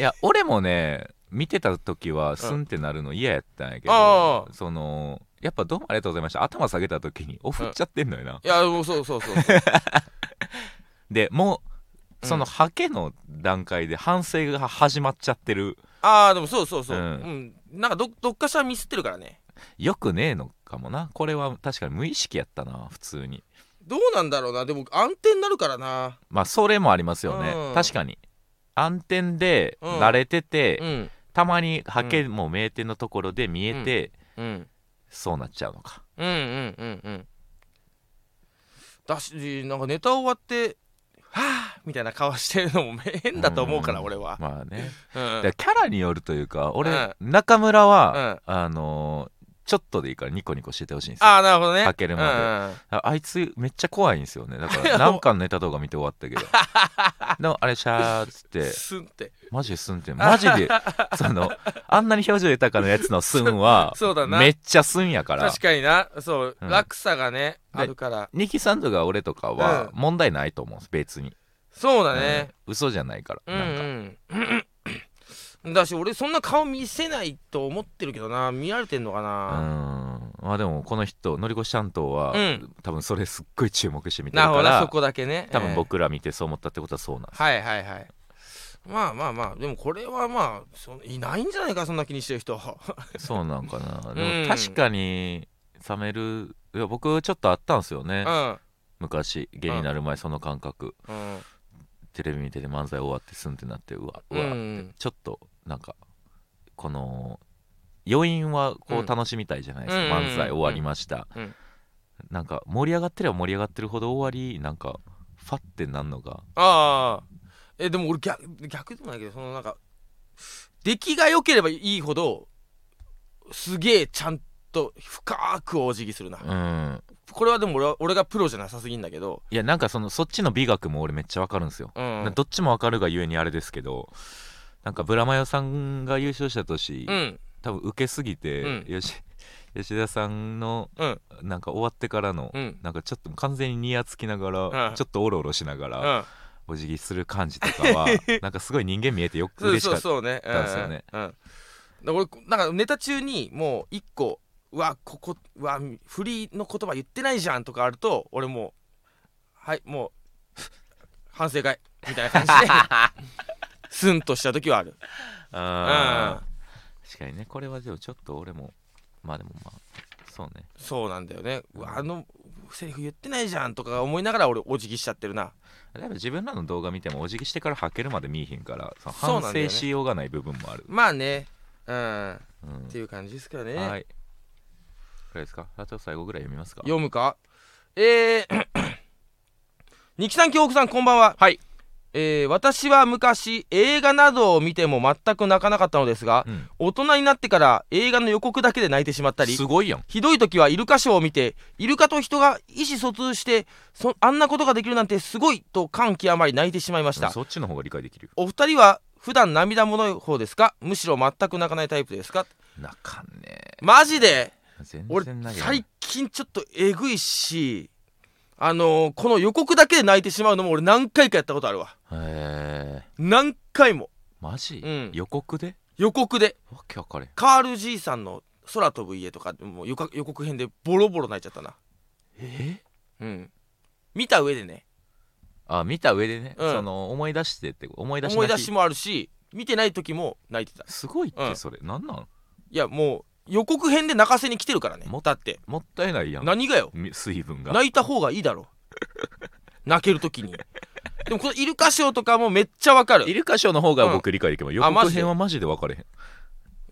[SPEAKER 1] や俺もね見てた時はスンってなるの嫌やったんやけ
[SPEAKER 2] あ
[SPEAKER 1] ど
[SPEAKER 2] あ
[SPEAKER 1] そのやっぱどうもありがとうございました頭下げた時におふっちゃってんのよな、
[SPEAKER 2] いやもうそうそうそうそう
[SPEAKER 1] でもうそうの
[SPEAKER 2] ん
[SPEAKER 1] ハケの段階で反省が始まっちゃってる
[SPEAKER 2] ああでもそうそうそうう、
[SPEAKER 1] うん
[SPEAKER 2] なんかどどっかしらミスってるからね
[SPEAKER 1] よくねえのかもなこれは確かに無意識やったな普通に
[SPEAKER 2] どうなんだろうなでも暗転になるからな
[SPEAKER 1] まあそれもありますよね、
[SPEAKER 2] うん
[SPEAKER 1] 確かに暗転で
[SPEAKER 2] うん
[SPEAKER 1] 慣れてて、
[SPEAKER 2] うん
[SPEAKER 1] たまにハケも名店のところで見えて、
[SPEAKER 2] うん
[SPEAKER 1] そうなっちゃうのか
[SPEAKER 2] うんうんうんうんだしなんかネタ終わってはあみたいな顔してるのも変だと思うから
[SPEAKER 1] ん
[SPEAKER 2] 俺は、
[SPEAKER 1] まあね
[SPEAKER 2] うん
[SPEAKER 1] だからキャラによるというか俺、
[SPEAKER 2] う
[SPEAKER 1] 中村は、あのーちょっとでいいからニコニコしててほしいんですよ
[SPEAKER 2] ああなるほどね
[SPEAKER 1] かけるまで
[SPEAKER 2] うん
[SPEAKER 1] ああいつめっちゃ怖いんですよねだ から何巻のネタ動画見て終わったけどでもあれシャーっつって
[SPEAKER 2] スンって
[SPEAKER 1] マジでスンってマジ でそのあんなに表情豊かなやつのスンは
[SPEAKER 2] そうだな
[SPEAKER 1] めっちゃスンやから
[SPEAKER 2] 確かになそう、
[SPEAKER 1] うん
[SPEAKER 2] 落差がね
[SPEAKER 1] で
[SPEAKER 2] あるから
[SPEAKER 1] ニキさんとか俺とかは問題ないと思うんです別に、
[SPEAKER 2] そうだね、
[SPEAKER 1] うん嘘じゃないから、
[SPEAKER 2] うん
[SPEAKER 1] なんか
[SPEAKER 2] うんだし俺そんな顔見せないと思ってるけどな見られてんのか
[SPEAKER 1] う
[SPEAKER 2] な、
[SPEAKER 1] んまあでもこの人のりこしちゃんとは、
[SPEAKER 2] うん
[SPEAKER 1] 多分それすっごい注目して見てる
[SPEAKER 2] なる
[SPEAKER 1] か
[SPEAKER 2] ほどなそ
[SPEAKER 1] ら
[SPEAKER 2] こだけね
[SPEAKER 1] 多分
[SPEAKER 2] ええ
[SPEAKER 1] 僕ら見てそう思ったってことはそうなんです、
[SPEAKER 2] はいはいはいまあまあまあでもこれはまあそいないんじゃないかそんな気にしてる人
[SPEAKER 1] そうなんかなで
[SPEAKER 2] うん
[SPEAKER 1] も確かに冷めるいや僕ちょっとあったんですよね、
[SPEAKER 2] うん、
[SPEAKER 1] 昔芸人になる前その感覚、
[SPEAKER 2] うん
[SPEAKER 1] テレビ見てて漫才終わってすんってなってうわう
[SPEAKER 2] う
[SPEAKER 1] わ、
[SPEAKER 2] ん、
[SPEAKER 1] ちょっとなんかこの余韻はこ
[SPEAKER 2] うん
[SPEAKER 1] う楽しみたいじゃないですか、
[SPEAKER 2] うん
[SPEAKER 1] 漫才終わりました、
[SPEAKER 2] うん
[SPEAKER 1] なんか盛り上がってれば盛り上がってるほど終わりなんかファってなんのが
[SPEAKER 2] ああえでも俺逆逆でもないけどそのなんか出来が良ければいいほどすげえちゃんと深くお辞儀するな、
[SPEAKER 1] うん
[SPEAKER 2] これはでも俺は俺がプロじゃなさすぎんだけど、
[SPEAKER 1] いやなんかそのそっちの美学も俺めっちゃわかるんですよ、
[SPEAKER 2] うん、
[SPEAKER 1] どっちもわかるがゆえにあれですけどなんかブラマヨさんが優勝した年、
[SPEAKER 2] うん
[SPEAKER 1] 多分受けすぎて、
[SPEAKER 2] うん
[SPEAKER 1] よし吉田さんの
[SPEAKER 2] うん
[SPEAKER 1] なんか終わってからの、
[SPEAKER 2] うん
[SPEAKER 1] なんかちょっと完全にニヤつきながら、
[SPEAKER 2] うん
[SPEAKER 1] ちょっとオロオロしながら、
[SPEAKER 2] うん
[SPEAKER 1] お辞儀する感じとか はなんかすごい人間見えてよく
[SPEAKER 2] そう
[SPEAKER 1] 嬉し
[SPEAKER 2] そ
[SPEAKER 1] か
[SPEAKER 2] う
[SPEAKER 1] った
[SPEAKER 2] そうね
[SPEAKER 1] たんですよね
[SPEAKER 2] うん、うん、だから俺なんかネタ中にもう一個うわここうわフリーの言葉言ってないじゃんとかあると俺もうはいもう反省会みたいな感じ でスンとした時はある
[SPEAKER 1] あー確かにねこれはでもちょっと俺もまあでもまあそうね
[SPEAKER 2] そうなんだよねうわあのセリフ言ってないじゃんとか思いながら俺お辞儀しちゃってるな
[SPEAKER 1] やっぱ自分らの動画見てもお辞儀してから履けるまで見えへんからその
[SPEAKER 2] そうなん
[SPEAKER 1] 反
[SPEAKER 2] だよね
[SPEAKER 1] 省しようがない部分もある
[SPEAKER 2] まあねうんっ
[SPEAKER 1] う,、
[SPEAKER 2] ていう感じですかね、
[SPEAKER 1] ん、はいこれですかあと最後ぐらい読みますか
[SPEAKER 2] 読むかえー、 二木さん京極さんこんばんは
[SPEAKER 1] はい
[SPEAKER 2] えー私は昔映画などを見ても全く泣かなかったのですが、
[SPEAKER 1] うん
[SPEAKER 2] 大人になってから映画の予告だけで泣いてしまったり
[SPEAKER 1] すごいやん
[SPEAKER 2] ひどい時はイルカショーを見てイルカと人が意思疎通してそあんなことができるなんてすごいと感極まり泣いてしまいました、
[SPEAKER 1] そっちの方が理解できるよ
[SPEAKER 2] お二人は普段涙もろい方ですかむしろ全く泣かないタイプですか
[SPEAKER 1] なかんね
[SPEAKER 2] マジで
[SPEAKER 1] 全
[SPEAKER 2] 俺
[SPEAKER 1] 然ない
[SPEAKER 2] 最近ちょっとえぐいしあのーこの予告だけで泣いてしまうのも俺何回かやったことあるわ
[SPEAKER 1] え
[SPEAKER 2] 何回も
[SPEAKER 1] マジ、
[SPEAKER 2] うん
[SPEAKER 1] 予告で
[SPEAKER 2] 予告で
[SPEAKER 1] わけわかれん
[SPEAKER 2] カール爺さんの「空飛ぶ家」とかもう予告予告編でボロボロ泣いちゃったな
[SPEAKER 1] え
[SPEAKER 2] うん見た上でね
[SPEAKER 1] あ見た上でね、
[SPEAKER 2] うん
[SPEAKER 1] その思い出してって思い出し
[SPEAKER 2] 思い
[SPEAKER 1] 泣き
[SPEAKER 2] 出しもあるし見てない時も泣いてた
[SPEAKER 1] すごいっ
[SPEAKER 2] う
[SPEAKER 1] て
[SPEAKER 2] ん
[SPEAKER 1] それ、なんなん
[SPEAKER 2] いやもう予告編で泣かせに来てるからね
[SPEAKER 1] も
[SPEAKER 2] だって
[SPEAKER 1] もったいないやん
[SPEAKER 2] 何がよ
[SPEAKER 1] み水分が
[SPEAKER 2] 泣いた方がいいだろ 泣ける時にでもこのイルカショーとかもめっちゃわかる
[SPEAKER 1] イルカショーの方が僕理解できます、予
[SPEAKER 2] あマ
[SPEAKER 1] 告
[SPEAKER 2] ジで
[SPEAKER 1] 編はマジで分かれへん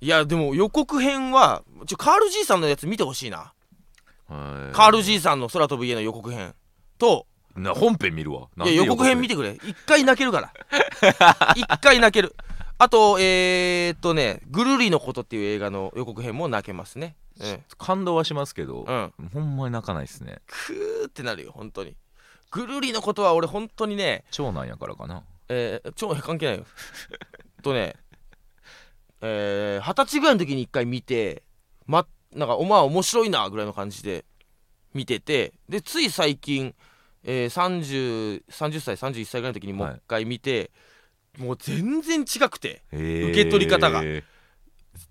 [SPEAKER 2] いやでも予告編はちょカール爺さんのやつ見てほしいな
[SPEAKER 1] へ
[SPEAKER 2] カール爺さんの空飛ぶ家の予告編と
[SPEAKER 1] な本編見るわ
[SPEAKER 2] いや予告編見
[SPEAKER 1] て
[SPEAKER 2] てくれ一回泣けるから 一回泣けるあとえー、っとね「ぐるりのこと」っていう映画の予告編も泣けますねうん、
[SPEAKER 1] 感動はしますけど、
[SPEAKER 2] うん、
[SPEAKER 1] ほんまに泣かないですね
[SPEAKER 2] くーってなるよ本当にぐるりのことは俺本当にね
[SPEAKER 1] 長男やからかな
[SPEAKER 2] えー、超関係ないよ とねえー二十、歳ぐらいの時に一回見てまなんかお前面白いなぐらいの感じで見ててでつい最近、えー、30, 30歳31歳ぐらいの時にもう一回見て、もう全然違くて
[SPEAKER 1] 受
[SPEAKER 2] 受け取り方が
[SPEAKER 1] えー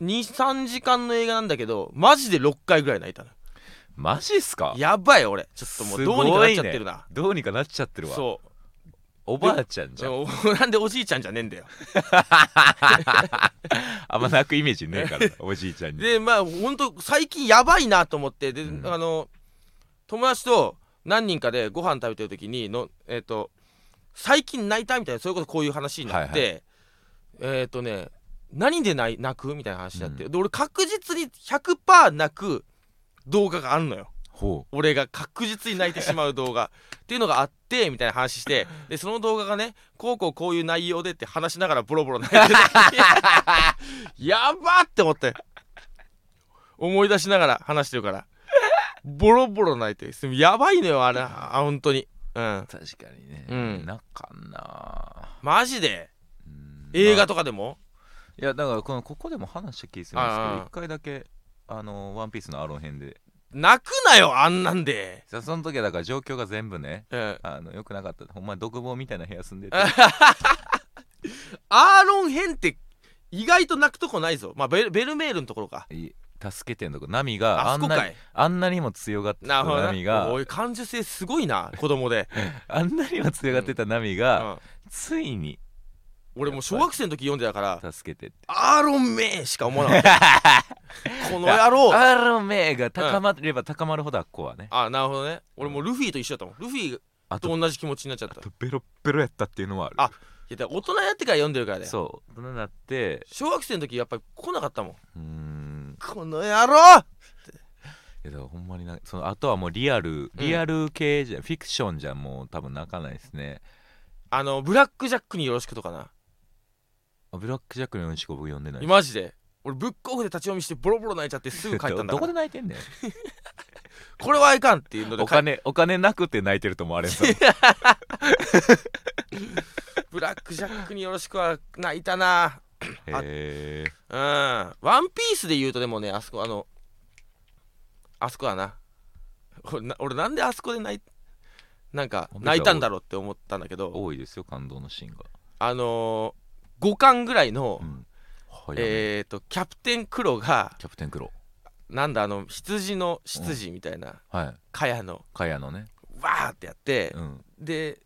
[SPEAKER 2] 23時間の映画なんだけどマジで6回ぐらい泣いたの
[SPEAKER 1] マジっすか
[SPEAKER 2] やばい俺ちょっともうどうにかなっちゃってるな、
[SPEAKER 1] すごいねどうにかなっちゃってるわ
[SPEAKER 2] そう
[SPEAKER 1] おばあちゃんじゃん
[SPEAKER 2] お なんでおじいちゃんじゃねえんだよ
[SPEAKER 1] あんま泣くイメージねえからなおじいちゃんに
[SPEAKER 2] でまあほんと最近やばいなと思ってで、
[SPEAKER 1] うん
[SPEAKER 2] あの友達と何人かでご飯食べてる時にのえっ、と最近泣いたみたいなそれこそこういう話になって、
[SPEAKER 1] はい
[SPEAKER 2] えっ、とね何で泣い泣くみたいな話になって、で俺確実に100%泣く動画があるのよ
[SPEAKER 1] ほ
[SPEAKER 2] 俺が確実に泣いてしまう動画っていうのがあってみたいな話してでその動画がねこうこうこういう内容でって話 しながらボロボロ泣いててやばーって思って思い出しながら話してるからボロボロ泣いてすやばいのよあれあ本当にうん
[SPEAKER 1] 確かにね、
[SPEAKER 2] うん
[SPEAKER 1] なかんな
[SPEAKER 2] マジで
[SPEAKER 1] うん
[SPEAKER 2] 映画
[SPEAKER 1] ま
[SPEAKER 2] とかでも
[SPEAKER 1] あいやだからこのここでも話した気がするんです
[SPEAKER 2] あ
[SPEAKER 1] け
[SPEAKER 2] あ
[SPEAKER 1] ど一回だけあのワンピースのアロン編で
[SPEAKER 2] 泣くなよあんなんで
[SPEAKER 1] さその時はだから状況が全部ね
[SPEAKER 2] うん
[SPEAKER 1] あの良くなかったほんまに独房みたいな部屋住んでて
[SPEAKER 2] あアーロン編って意外と泣くとこないぞまあベルベルメールのところか
[SPEAKER 1] い助けてんとこナミが
[SPEAKER 2] あ
[SPEAKER 1] あ
[SPEAKER 2] そ
[SPEAKER 1] ん
[SPEAKER 2] こ
[SPEAKER 1] な
[SPEAKER 2] か
[SPEAKER 1] に
[SPEAKER 2] い
[SPEAKER 1] あんなにも強がってた
[SPEAKER 2] なるほどな
[SPEAKER 1] ナミが
[SPEAKER 2] おい感受性すごいな子供 で、
[SPEAKER 1] あんなにも強がってたナミ
[SPEAKER 2] う
[SPEAKER 1] が
[SPEAKER 2] ん、
[SPEAKER 1] ついに
[SPEAKER 2] 俺もう小学生の時読んでたから
[SPEAKER 1] 助けてって
[SPEAKER 2] アーロンメイしか思わなかった この野郎
[SPEAKER 1] アロメが高まれば高まるほどあっこはね
[SPEAKER 2] あなるほどね俺もうルフィと一緒だったもんルフィ
[SPEAKER 1] あと
[SPEAKER 2] と同じ気持ちになっちゃったい
[SPEAKER 1] ベロッベロやったっていうのはある
[SPEAKER 2] あやだから大人やってから読んでるからね
[SPEAKER 1] そう大人になって
[SPEAKER 2] 小学生の時やっぱり来なかったもん
[SPEAKER 1] うーん
[SPEAKER 2] この野郎
[SPEAKER 1] いやだからほんまになそのあとはもうリアルリアル系じゃ、ん、フィクションじゃもう多分泣かないですね
[SPEAKER 2] あのブラックジャックによろしくとかな
[SPEAKER 1] あブラックジャックのうんしこ僕読んでない
[SPEAKER 2] マジで俺ブックオフで立ち読みしてボロボロ泣いちゃってすぐ帰ったんだ
[SPEAKER 1] ど
[SPEAKER 2] か
[SPEAKER 1] こで
[SPEAKER 2] ら
[SPEAKER 1] 泣いてんねん
[SPEAKER 2] これはいかんっていうので
[SPEAKER 1] お
[SPEAKER 2] 帰っ
[SPEAKER 1] 金お金なくて泣いてると思わ れんぞ
[SPEAKER 2] ブラックジャックによろしくは泣いたな
[SPEAKER 1] へえ
[SPEAKER 2] うんワンピースで言うとでもねあそこあのあそこはな 俺な俺なんであそこで泣いなんか泣いたんだろうって思ったんだけど
[SPEAKER 1] 多いですよ感動のシーンが、
[SPEAKER 2] あのー、5巻ぐらいの、
[SPEAKER 1] うん早め
[SPEAKER 2] えー、とキャプテンクロが
[SPEAKER 1] キャプテンクロ
[SPEAKER 2] なんだあの羊の執事みたいな
[SPEAKER 1] ーはい
[SPEAKER 2] 蚊帳の
[SPEAKER 1] カヤのね
[SPEAKER 2] わーってやって、
[SPEAKER 1] うん
[SPEAKER 2] で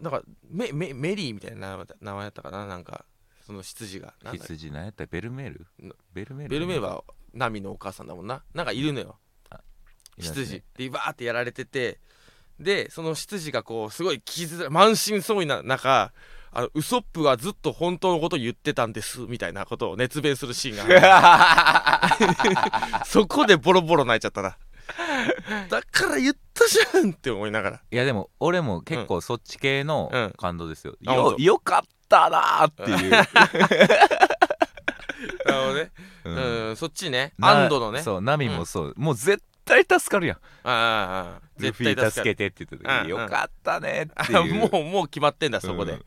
[SPEAKER 2] なんかメメメリーみたいな名前名前だったかななんかその執事がなんだ
[SPEAKER 1] 羊何やったベルメール
[SPEAKER 2] な
[SPEAKER 1] ベルメール
[SPEAKER 2] ベルメーはナミのお母さんだもんななんかいるのよ
[SPEAKER 1] いますね
[SPEAKER 2] 執事でわーってやられててでその執事がこうすごい傷満身創痍な中あのウソップはずっと本当のことを言ってたんですみたいなことを熱弁するシーンがある そこでボロボロ泣いちゃったな。だから言ったじゃんって思いながら。
[SPEAKER 1] いやでも俺も結構そっち系の
[SPEAKER 2] うん
[SPEAKER 1] 感動ですよ、
[SPEAKER 2] あ
[SPEAKER 1] よ
[SPEAKER 2] 本当
[SPEAKER 1] よかったなーっていう、
[SPEAKER 2] なるほどね。
[SPEAKER 1] う
[SPEAKER 2] うん、そっちね。
[SPEAKER 1] な
[SPEAKER 2] 安堵のね。
[SPEAKER 1] そうナミもそう、もう絶対助かるやん
[SPEAKER 2] ああ、
[SPEAKER 1] ルフ
[SPEAKER 2] 絶対
[SPEAKER 1] ィ
[SPEAKER 2] 助
[SPEAKER 1] 助
[SPEAKER 2] け
[SPEAKER 1] け
[SPEAKER 2] て。
[SPEAKER 1] てって言った時、
[SPEAKER 2] うんうん
[SPEAKER 1] よかったねって
[SPEAKER 2] あ
[SPEAKER 1] いう
[SPEAKER 2] もう、もう決まってんだ、そこで。
[SPEAKER 1] うん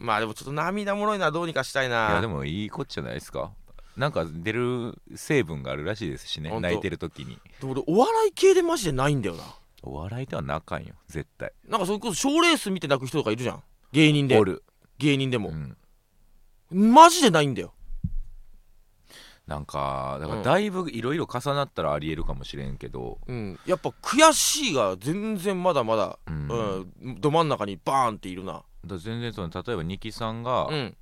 [SPEAKER 2] まあでもちょっと涙もろいな、どうにかしたい
[SPEAKER 1] いやで
[SPEAKER 2] な。
[SPEAKER 1] もいいこっちゃないですかなんか出る成分があるらしいですしね
[SPEAKER 2] ほんと
[SPEAKER 1] 泣いてる時に
[SPEAKER 2] でも俺、お笑い系でマジでないんだよな。
[SPEAKER 1] お笑いとは泣かんよ絶対
[SPEAKER 2] なんかそれこそ賞レース見て泣く人とかいるじゃん。芸人で
[SPEAKER 1] お。る、
[SPEAKER 2] 芸人で
[SPEAKER 1] う
[SPEAKER 2] も。
[SPEAKER 1] ん、
[SPEAKER 2] マジでないんだよ。
[SPEAKER 1] なんかだか
[SPEAKER 2] うん
[SPEAKER 1] らだいぶいろいろ重なったらありえるかもしれんけど、
[SPEAKER 2] うん。やっぱ悔しいが全然まだまだ、
[SPEAKER 1] うん
[SPEAKER 2] うん、ど真ん中にバーンっているな。
[SPEAKER 1] だから全然その例えば二木さんが、
[SPEAKER 2] うん。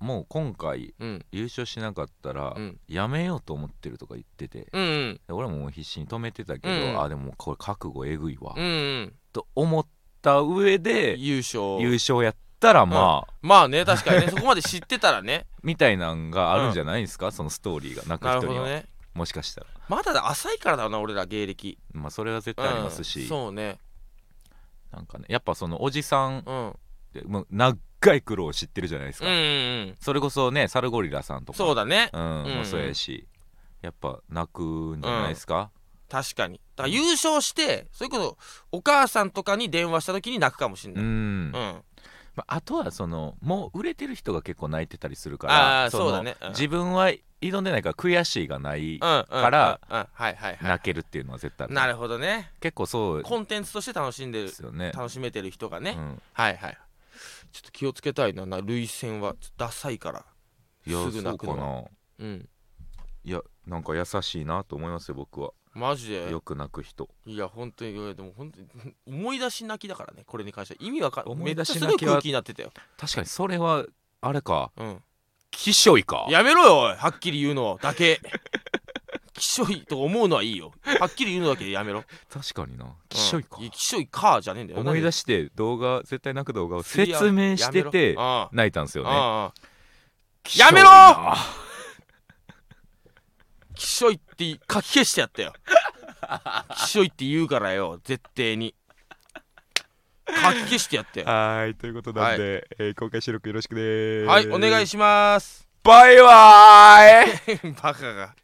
[SPEAKER 1] もう今回
[SPEAKER 2] うん。
[SPEAKER 1] 優勝しなかったら、
[SPEAKER 2] うん
[SPEAKER 1] やめようと思ってるとか言ってて
[SPEAKER 2] うんうん。
[SPEAKER 1] で俺ももう必死に止めてたけど、
[SPEAKER 2] うん
[SPEAKER 1] あでもこれ覚悟えぐいわ、
[SPEAKER 2] うんうん、
[SPEAKER 1] と思った上で
[SPEAKER 2] 優勝
[SPEAKER 1] 優勝やったらまあ、
[SPEAKER 2] まあね 確かにねそこまで知ってたらね
[SPEAKER 1] みたいなんがあるんじゃないですか、そのストーリーが泣く
[SPEAKER 2] なる
[SPEAKER 1] 人
[SPEAKER 2] ほ
[SPEAKER 1] に
[SPEAKER 2] ど
[SPEAKER 1] は、
[SPEAKER 2] ね
[SPEAKER 1] もしかしたら
[SPEAKER 2] まだ浅いからだろうな俺ら芸歴
[SPEAKER 1] まあそれは絶対ありますし、
[SPEAKER 2] うんそうね
[SPEAKER 1] なんかねやっぱそのおじさんっ
[SPEAKER 2] うんうん
[SPEAKER 1] てもう長い苦労を知ってるじゃないです
[SPEAKER 2] うん
[SPEAKER 1] か、
[SPEAKER 2] うん
[SPEAKER 1] それこそねサルゴリラさんとか
[SPEAKER 2] そうだね
[SPEAKER 1] うん
[SPEAKER 2] うん
[SPEAKER 1] もうそうやしやっぱ泣くんじゃないですか、
[SPEAKER 2] 確かにだから優勝してそれこそお母さんとかに電話した時に泣くかもしれ
[SPEAKER 1] う
[SPEAKER 2] なんいうん
[SPEAKER 1] まあ、あとはそのもう売れてる人が結構泣いてたりするか
[SPEAKER 2] あー
[SPEAKER 1] らの
[SPEAKER 2] そうだねうん
[SPEAKER 1] 自分は挑んでないから悔しいがない
[SPEAKER 2] うんうん
[SPEAKER 1] から
[SPEAKER 2] うんうんはいはいは
[SPEAKER 1] 泣けるっていうのは絶対あ
[SPEAKER 2] い
[SPEAKER 1] る
[SPEAKER 2] なるほどね
[SPEAKER 1] 結構そう
[SPEAKER 2] コンテンツとして楽しんで
[SPEAKER 1] で
[SPEAKER 2] る
[SPEAKER 1] すよね
[SPEAKER 2] 楽しめてる人が
[SPEAKER 1] う
[SPEAKER 2] ね
[SPEAKER 1] ん
[SPEAKER 2] はいはいちょっと気をつけたいなな涙腺はちょっとダサいから
[SPEAKER 1] いや
[SPEAKER 2] すぐ泣く
[SPEAKER 1] そ
[SPEAKER 2] の
[SPEAKER 1] うかな
[SPEAKER 2] うん
[SPEAKER 1] いやなんか優しいなと思いますよ僕は
[SPEAKER 2] マジで
[SPEAKER 1] よく泣く人
[SPEAKER 2] いや本当にいやでも本当に思い出し泣きだからねこれに関しては意味わかん
[SPEAKER 1] 思い出し
[SPEAKER 2] めっ
[SPEAKER 1] 泣
[SPEAKER 2] ち
[SPEAKER 1] き
[SPEAKER 2] ゃす
[SPEAKER 1] は
[SPEAKER 2] ごい空気になってたよ、
[SPEAKER 1] 確かにそれはあれか
[SPEAKER 2] うん、
[SPEAKER 1] きしょいか
[SPEAKER 2] やめろよおいはっきり言うのだけ きしょいと思うのはいいよはっきり言うのだけやめろ
[SPEAKER 1] 確かになきしょいか、
[SPEAKER 2] うんやきしょいかじゃねえんだよ
[SPEAKER 1] 思い出
[SPEAKER 2] し
[SPEAKER 1] して動画絶対泣く動画を説明してて
[SPEAKER 2] あ
[SPEAKER 1] 泣いたんですよ
[SPEAKER 2] あ
[SPEAKER 1] ね
[SPEAKER 2] ああ
[SPEAKER 1] きしょいな
[SPEAKER 2] やめろきしょいって書き消してやったよきしょいって言うからよ絶対に書き消してやったよ
[SPEAKER 1] はーいということなんで、えー公開収録よろしくでーす
[SPEAKER 2] はいお願いします
[SPEAKER 1] バイバーイ
[SPEAKER 2] バカが